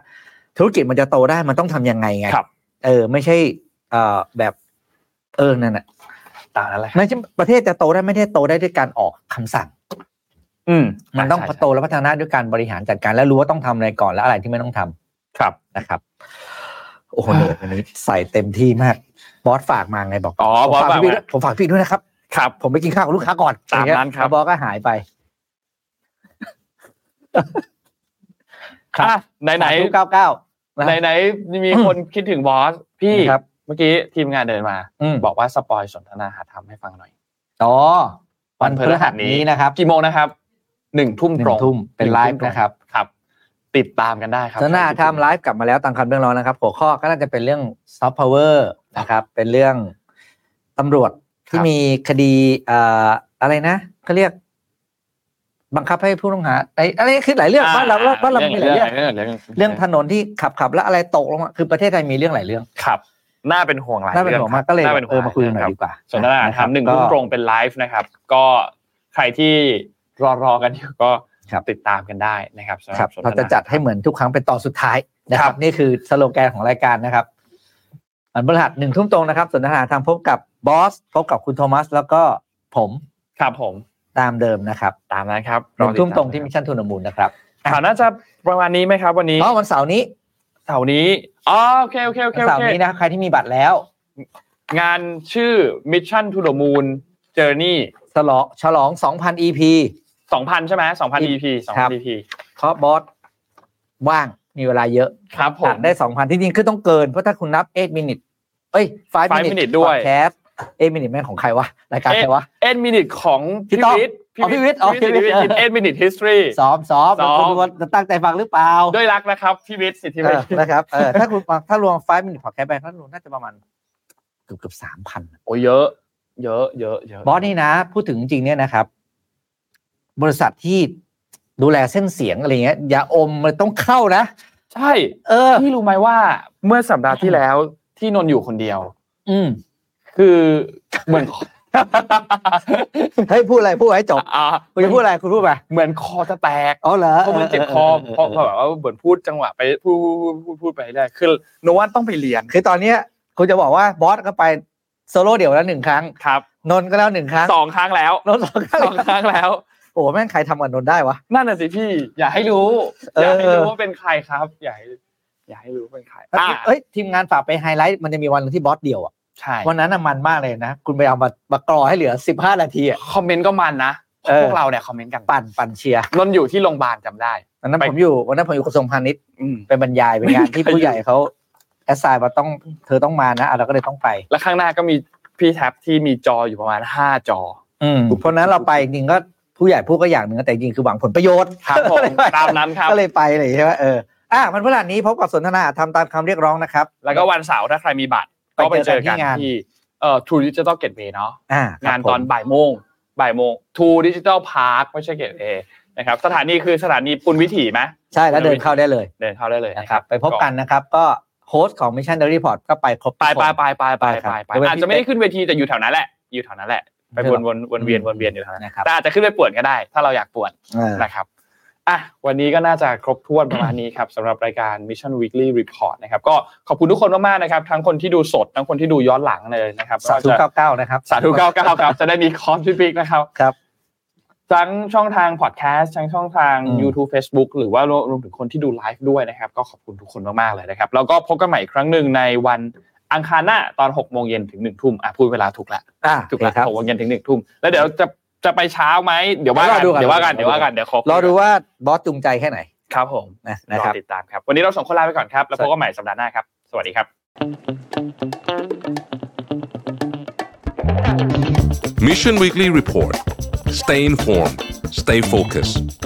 ธุรกิจมันจะโตได้มันต้องทำยังไงไง
ครับ
เออ ไม่ใช่เอ่อแบบเออนั่นแหละ
ตามนั้นแหละครับ
ไม่ใช่ประเทศจะโตได้ไม่ได้โตได้ด้วยการออกคำสั่ง
อืม
มันต้อง
ใช่ใช่
โตและพัฒนาด้วยการบริหารจัดการและรู้ว่าต้องทำอะไรก่อนและอะไรที่ไม่ต้องทำ
ครับ
นะครับ โอ้โหเนี่ยวันนี้ใส่เต็มที่มากบอสฝากมาไงบอก
อ๋อ
ผม
บอสฝากมา
พี่ด้วยผมฝากพี่ด้วยนะครับ
ครับ
ผมไปกินข้าวกับลูกค้าก่อน
ตามนั้นครับ
แล้วบอสก็หายไป ครับ
อ่ะไหนไหน
ลูกเก้าเก้า นะ
ไหนไหนๆมีคนคิดถึงบอส พี่
ครับ
เมื่อกี้ทีมงานเดินมา
อืม
บอกว่าสปอยสนทนาหาธรรมให้ฟังหน่อย
อ๋อ
วั
วัน น
พ
พ
ฤ
ฤ
หั
หั
ส
ส
นี้
นี้นะครับ
กี่โมงนะครับหนึ่งทุ่ม
หนึ่
ตรง ง
ทุ่มเป็นไล
หง
ฟ์
ทุ่มตง
นะครับ
ครับ ติดตามกันได้ครับ
สนาทำไลฟ์กลับมาแล้วตามคำเรื่องร้องนะครับ หัวข้อก็น่าจะเป็นเรื่องซอฟต์พาวเวอร์นะครับ เป็นเรื่องตำรวจที่มีคดีเอ่ออะไรนะเขาเรียก บังคับให้ผู้ต้องหาไอ้อะไรคือหลายเรื่องบ้านเราบ้านเรามีหลายเรื่อง
เรื่องเรื่อง
เรื่องถนนที่ขับขับแล้วอะไรตกลงมาคือประเทศไทยมีเรื่องหลายเรื่อง
ครับ
น่าเป็นห่วงหลาย
น่าเป็นห่วงมากก็เลย
น่าเป็นห่
เอ
ว
อง มาคุยกันหน่อย
รับ
ดีกว่า
สนทนา
ะ
ถามหนึ่ง
ก็
ทุ่มตรงเป็นไลฟ์นะครับ ก็ใครที่รอรอๆกันอยู่ก็
ครับ
ติดตามกันได้นะครับสำห
ครับ
สนทน
เราจะจัดให้เหมือนทุกครั้งเป็นตอนสุดท้ายนะค
ครั
รับ
บ
นี่คือสโลแกนของรายการนะครับวันพฤหัสหนึ่งทุ่มตรงนะครับสนทนาทางพบกับบอสพบกับคุณโทมัส แล้วก็ผม
ครับผม
ตามเดิมนะครับ
ตามนะครับ
หนึ่งทุ่มตรงที่มิชชั่นทุนมูลนะครับ
ข่าวน่าจะประมาณนี้ไหมครับ วันนี้
อ๋อวันเสาร์นี้
เสาร์นี้อ๋อโอเคโอเคโอ
วั
เคน โอ
เสาร์
เค
นี้นะครับใครที่มีบัตรแล้ว
งานชื่อ Mission to the Moon Journey
ฉลองฉลอง 2,000 EP
2,000 ใช่ไหม2,000 EP
ครับ
2,000 EP
เพราะบอสว่างมีเวลาเยอะ
ครับผ
อั
ม
ดได้สองพันที่จริงคือต้องเกิน เพราะถ้าคุณนับ 8 minute เอ้ย 5
Five
minute
minute ด้วย
podcast 8 minute แม่งของใครวะ รายการใครวะ
เอ็นมินิทของพี่
พี่ต้อม
วิทย์
อ๋อพี่วิทย์อ๋อ
พี่
พี่วิ
วิท
ทย์
ย์เอ็นมินิท history
ซ้อมซ้อม
ซ้อม
คุณดูว่าจะตั้งใจฟังหรือเปล่า
ด้วยรักนะครับพี่วิทย์สิทธิ
เอ
เวช
อนะครับเออถ้าคุณฟังถ้ารวม 5 minute podcast ไปท่านรวมน่าจะประมาณเกือบเกือบสามพัน
โอ้ยเยอะ เยอะเยอะเยอะ
บอสนี่นะ พูดถึงจริงๆเนี่ยนะครับ บริษัทที่ดูแลเส้นเสียงอะไรเงี้ยยาอมมันต้องเข้านะ
ใช่
เออ
พี่รู้ไหมว่าเมื่อสัปดาห์ที่แล้วที่นนท์อยู่คนเดียว
อืม
คือเหมือน
เฮ้ยพูดอะไรพูดให้จบ
อ่า
คุณจะพูดอะไรคุณพูดไป
เหมือนคอจะแตก
อ๋อเหรอ
เพราะมันเจ็บคอเพราะแบบว่าเหมือนพูดจังหวะไปพูดพูดพูดพูดไปได้คือโนวันต้องไปเรียน
คือตอนเนี้ยคุณจะบอกว่าบอสก็ไปโซโล่เดี่ยวแล้วหนึ่งครั้ง
ครับ
นนท์ก็แล้วหนึ่งครั้ง
สองครั้งแล้ว
นนท์สองครั้ง
สองครั้งแล้ว
โอ้โหแม่งใครทำกับนนท์ได้วะ
นั่นน่ะสิพี่ อย่าให้รู้
เอ
อ
ออ
ย่าให้รู้ว่าเป็นใครครับ อย่าให้อย่าให้รู้เป็นใครอ่ะ
เอ้ยทีมงานฝากไปไฮไลท์มันจะมีวันหนึ่งที่บอสเดียวอ่ะ
ใช่
วันนั้นน่ะมันมากเลยนะ คุณไปเอามามากรอให้เหลือสิบห้านาทีอ่ะ
คอมเมนต์ก็มันนะ
เออ
พวกเราเนี่ยคอมเมนต์กัน
ปั่นปั่นเชียร์
นนท์อยู่ที่โรงพยาบาลจำได้
วันนั้น
ไป
ผมอยู่วันนั้นผมอยู่กระทรวงพาณิชย์
อืม
เป็นบรรยายเป็นงานที่
ไม่มีใคร
ผู้ใหญ่เขาแอสไซน์มาต้องเธอต้องมานะอ่ะเราก็เลยต้องไป
แล้วข้างหน้าก็มีพี่แท็บที่มีจออยู่ประมาณห้าจอ
อืมเพราะฉะนั้นเราไปจริงก็ผู้ใหญ่พูดก็อย่างหนึ่งแต่จริงคือหวังผลประโยชน์
ครับผม
ก็เลยไป
ตามนั้นครับ
ก็เลยไปเลยใช่ไหมเอออ่ะมันพฤหัสนี้พบกับสนทนาทำตามคำเรียกร้องนะครับ
แล้วก็วันเสาร์ถ้าใครมีบัตร ก็ไปเจอกัน
ไปเจอกันที่งาน
ที่เอ่อทูดิจิตอลเกตเวย์เนาะ
อ่ะครับ
งานตอน
ผม
บ่ายโมงบ่ายโมงทูดิจิตอลพาร์คไม่ใช่เกตเวย์นะครับ สถานีคือสถานีปุณวิถีไหม
ใช่แล้วเดินเข้าได้เลย
เดินเข้าได้เลย
นะ
นะ
ค
ค
รั
รั
บบ ไปพบกันนะครับก็โฮสต์ของ Mission Daily Report ก็ไปครบทุก
ไป
คน
ไปไปไปไปไปไป
ไปครับ
อาจจะไม่ได้ขึ้นเวทีแต่อยู่แถวนั้นแหละ อยู่แถวนั้นแหละไปวนวนวนเวียน
อืม
วนเวียนอยู่แถวนั้น
นะครับ
แต่อาจจะขึ้นไปป่วนก็ได้ ถ้าเราอยากป่วน
เออ
นะครับอ่ะวันนี้ก็น่าจะครบถ้วนประมาณนี้ครับสำหรับรายการ Mission Weekly Report นะครับก็ขอบคุณทุกคนมากๆนะครับทั้งคนที่ดูสดทั้งคนที่ดูย้อนหลังเลยนะครับ
สาธุ99 นะครับ
สาธุ 99 ครับ จะได้มีคอร์สพิพิกนะครับ
ครับ
ทั้งช่องทางพอดแคสต์ทั้งช่องทาง
อืม
YouTube Facebook หรือว่ารวมถึงคนที่ดูไลฟ์ด้วยนะครับ ก็ขอบคุณทุกคนมาก ๆ เลยนะครับ แล้วก็พบกันใหม่อีกครั้งหนึ่งในวันอังคารหน้าตอน 6 โมงเย็นถึง 1 ทุ่มอ่ะพูดเวลาถูกละ
อ่ะ
ถูก
โอ
ละ
เคครับ
6โมงเย็นถึง 1 ทุ่ม แล้วเดี๋ยวจะจะไปเช้าไหมเดี๋ยวว่ากัน
รอดูกัน
เดี๋ยวว่ากันเดี๋ยวว่ากันเดี๋ยวขอคุย
รอดูว่าบอสจูงใจแค่ไหน
ครับผม
นะ
ร
นะ
อ
ครับ
ติดตามครับ วันนี้เราสองคนลาไปก่อนครับแล้วพบกันใหม่สัปดาห์หน้าครับสวัสดีครับ
Mission Weekly Report. Stay informed, stay focused.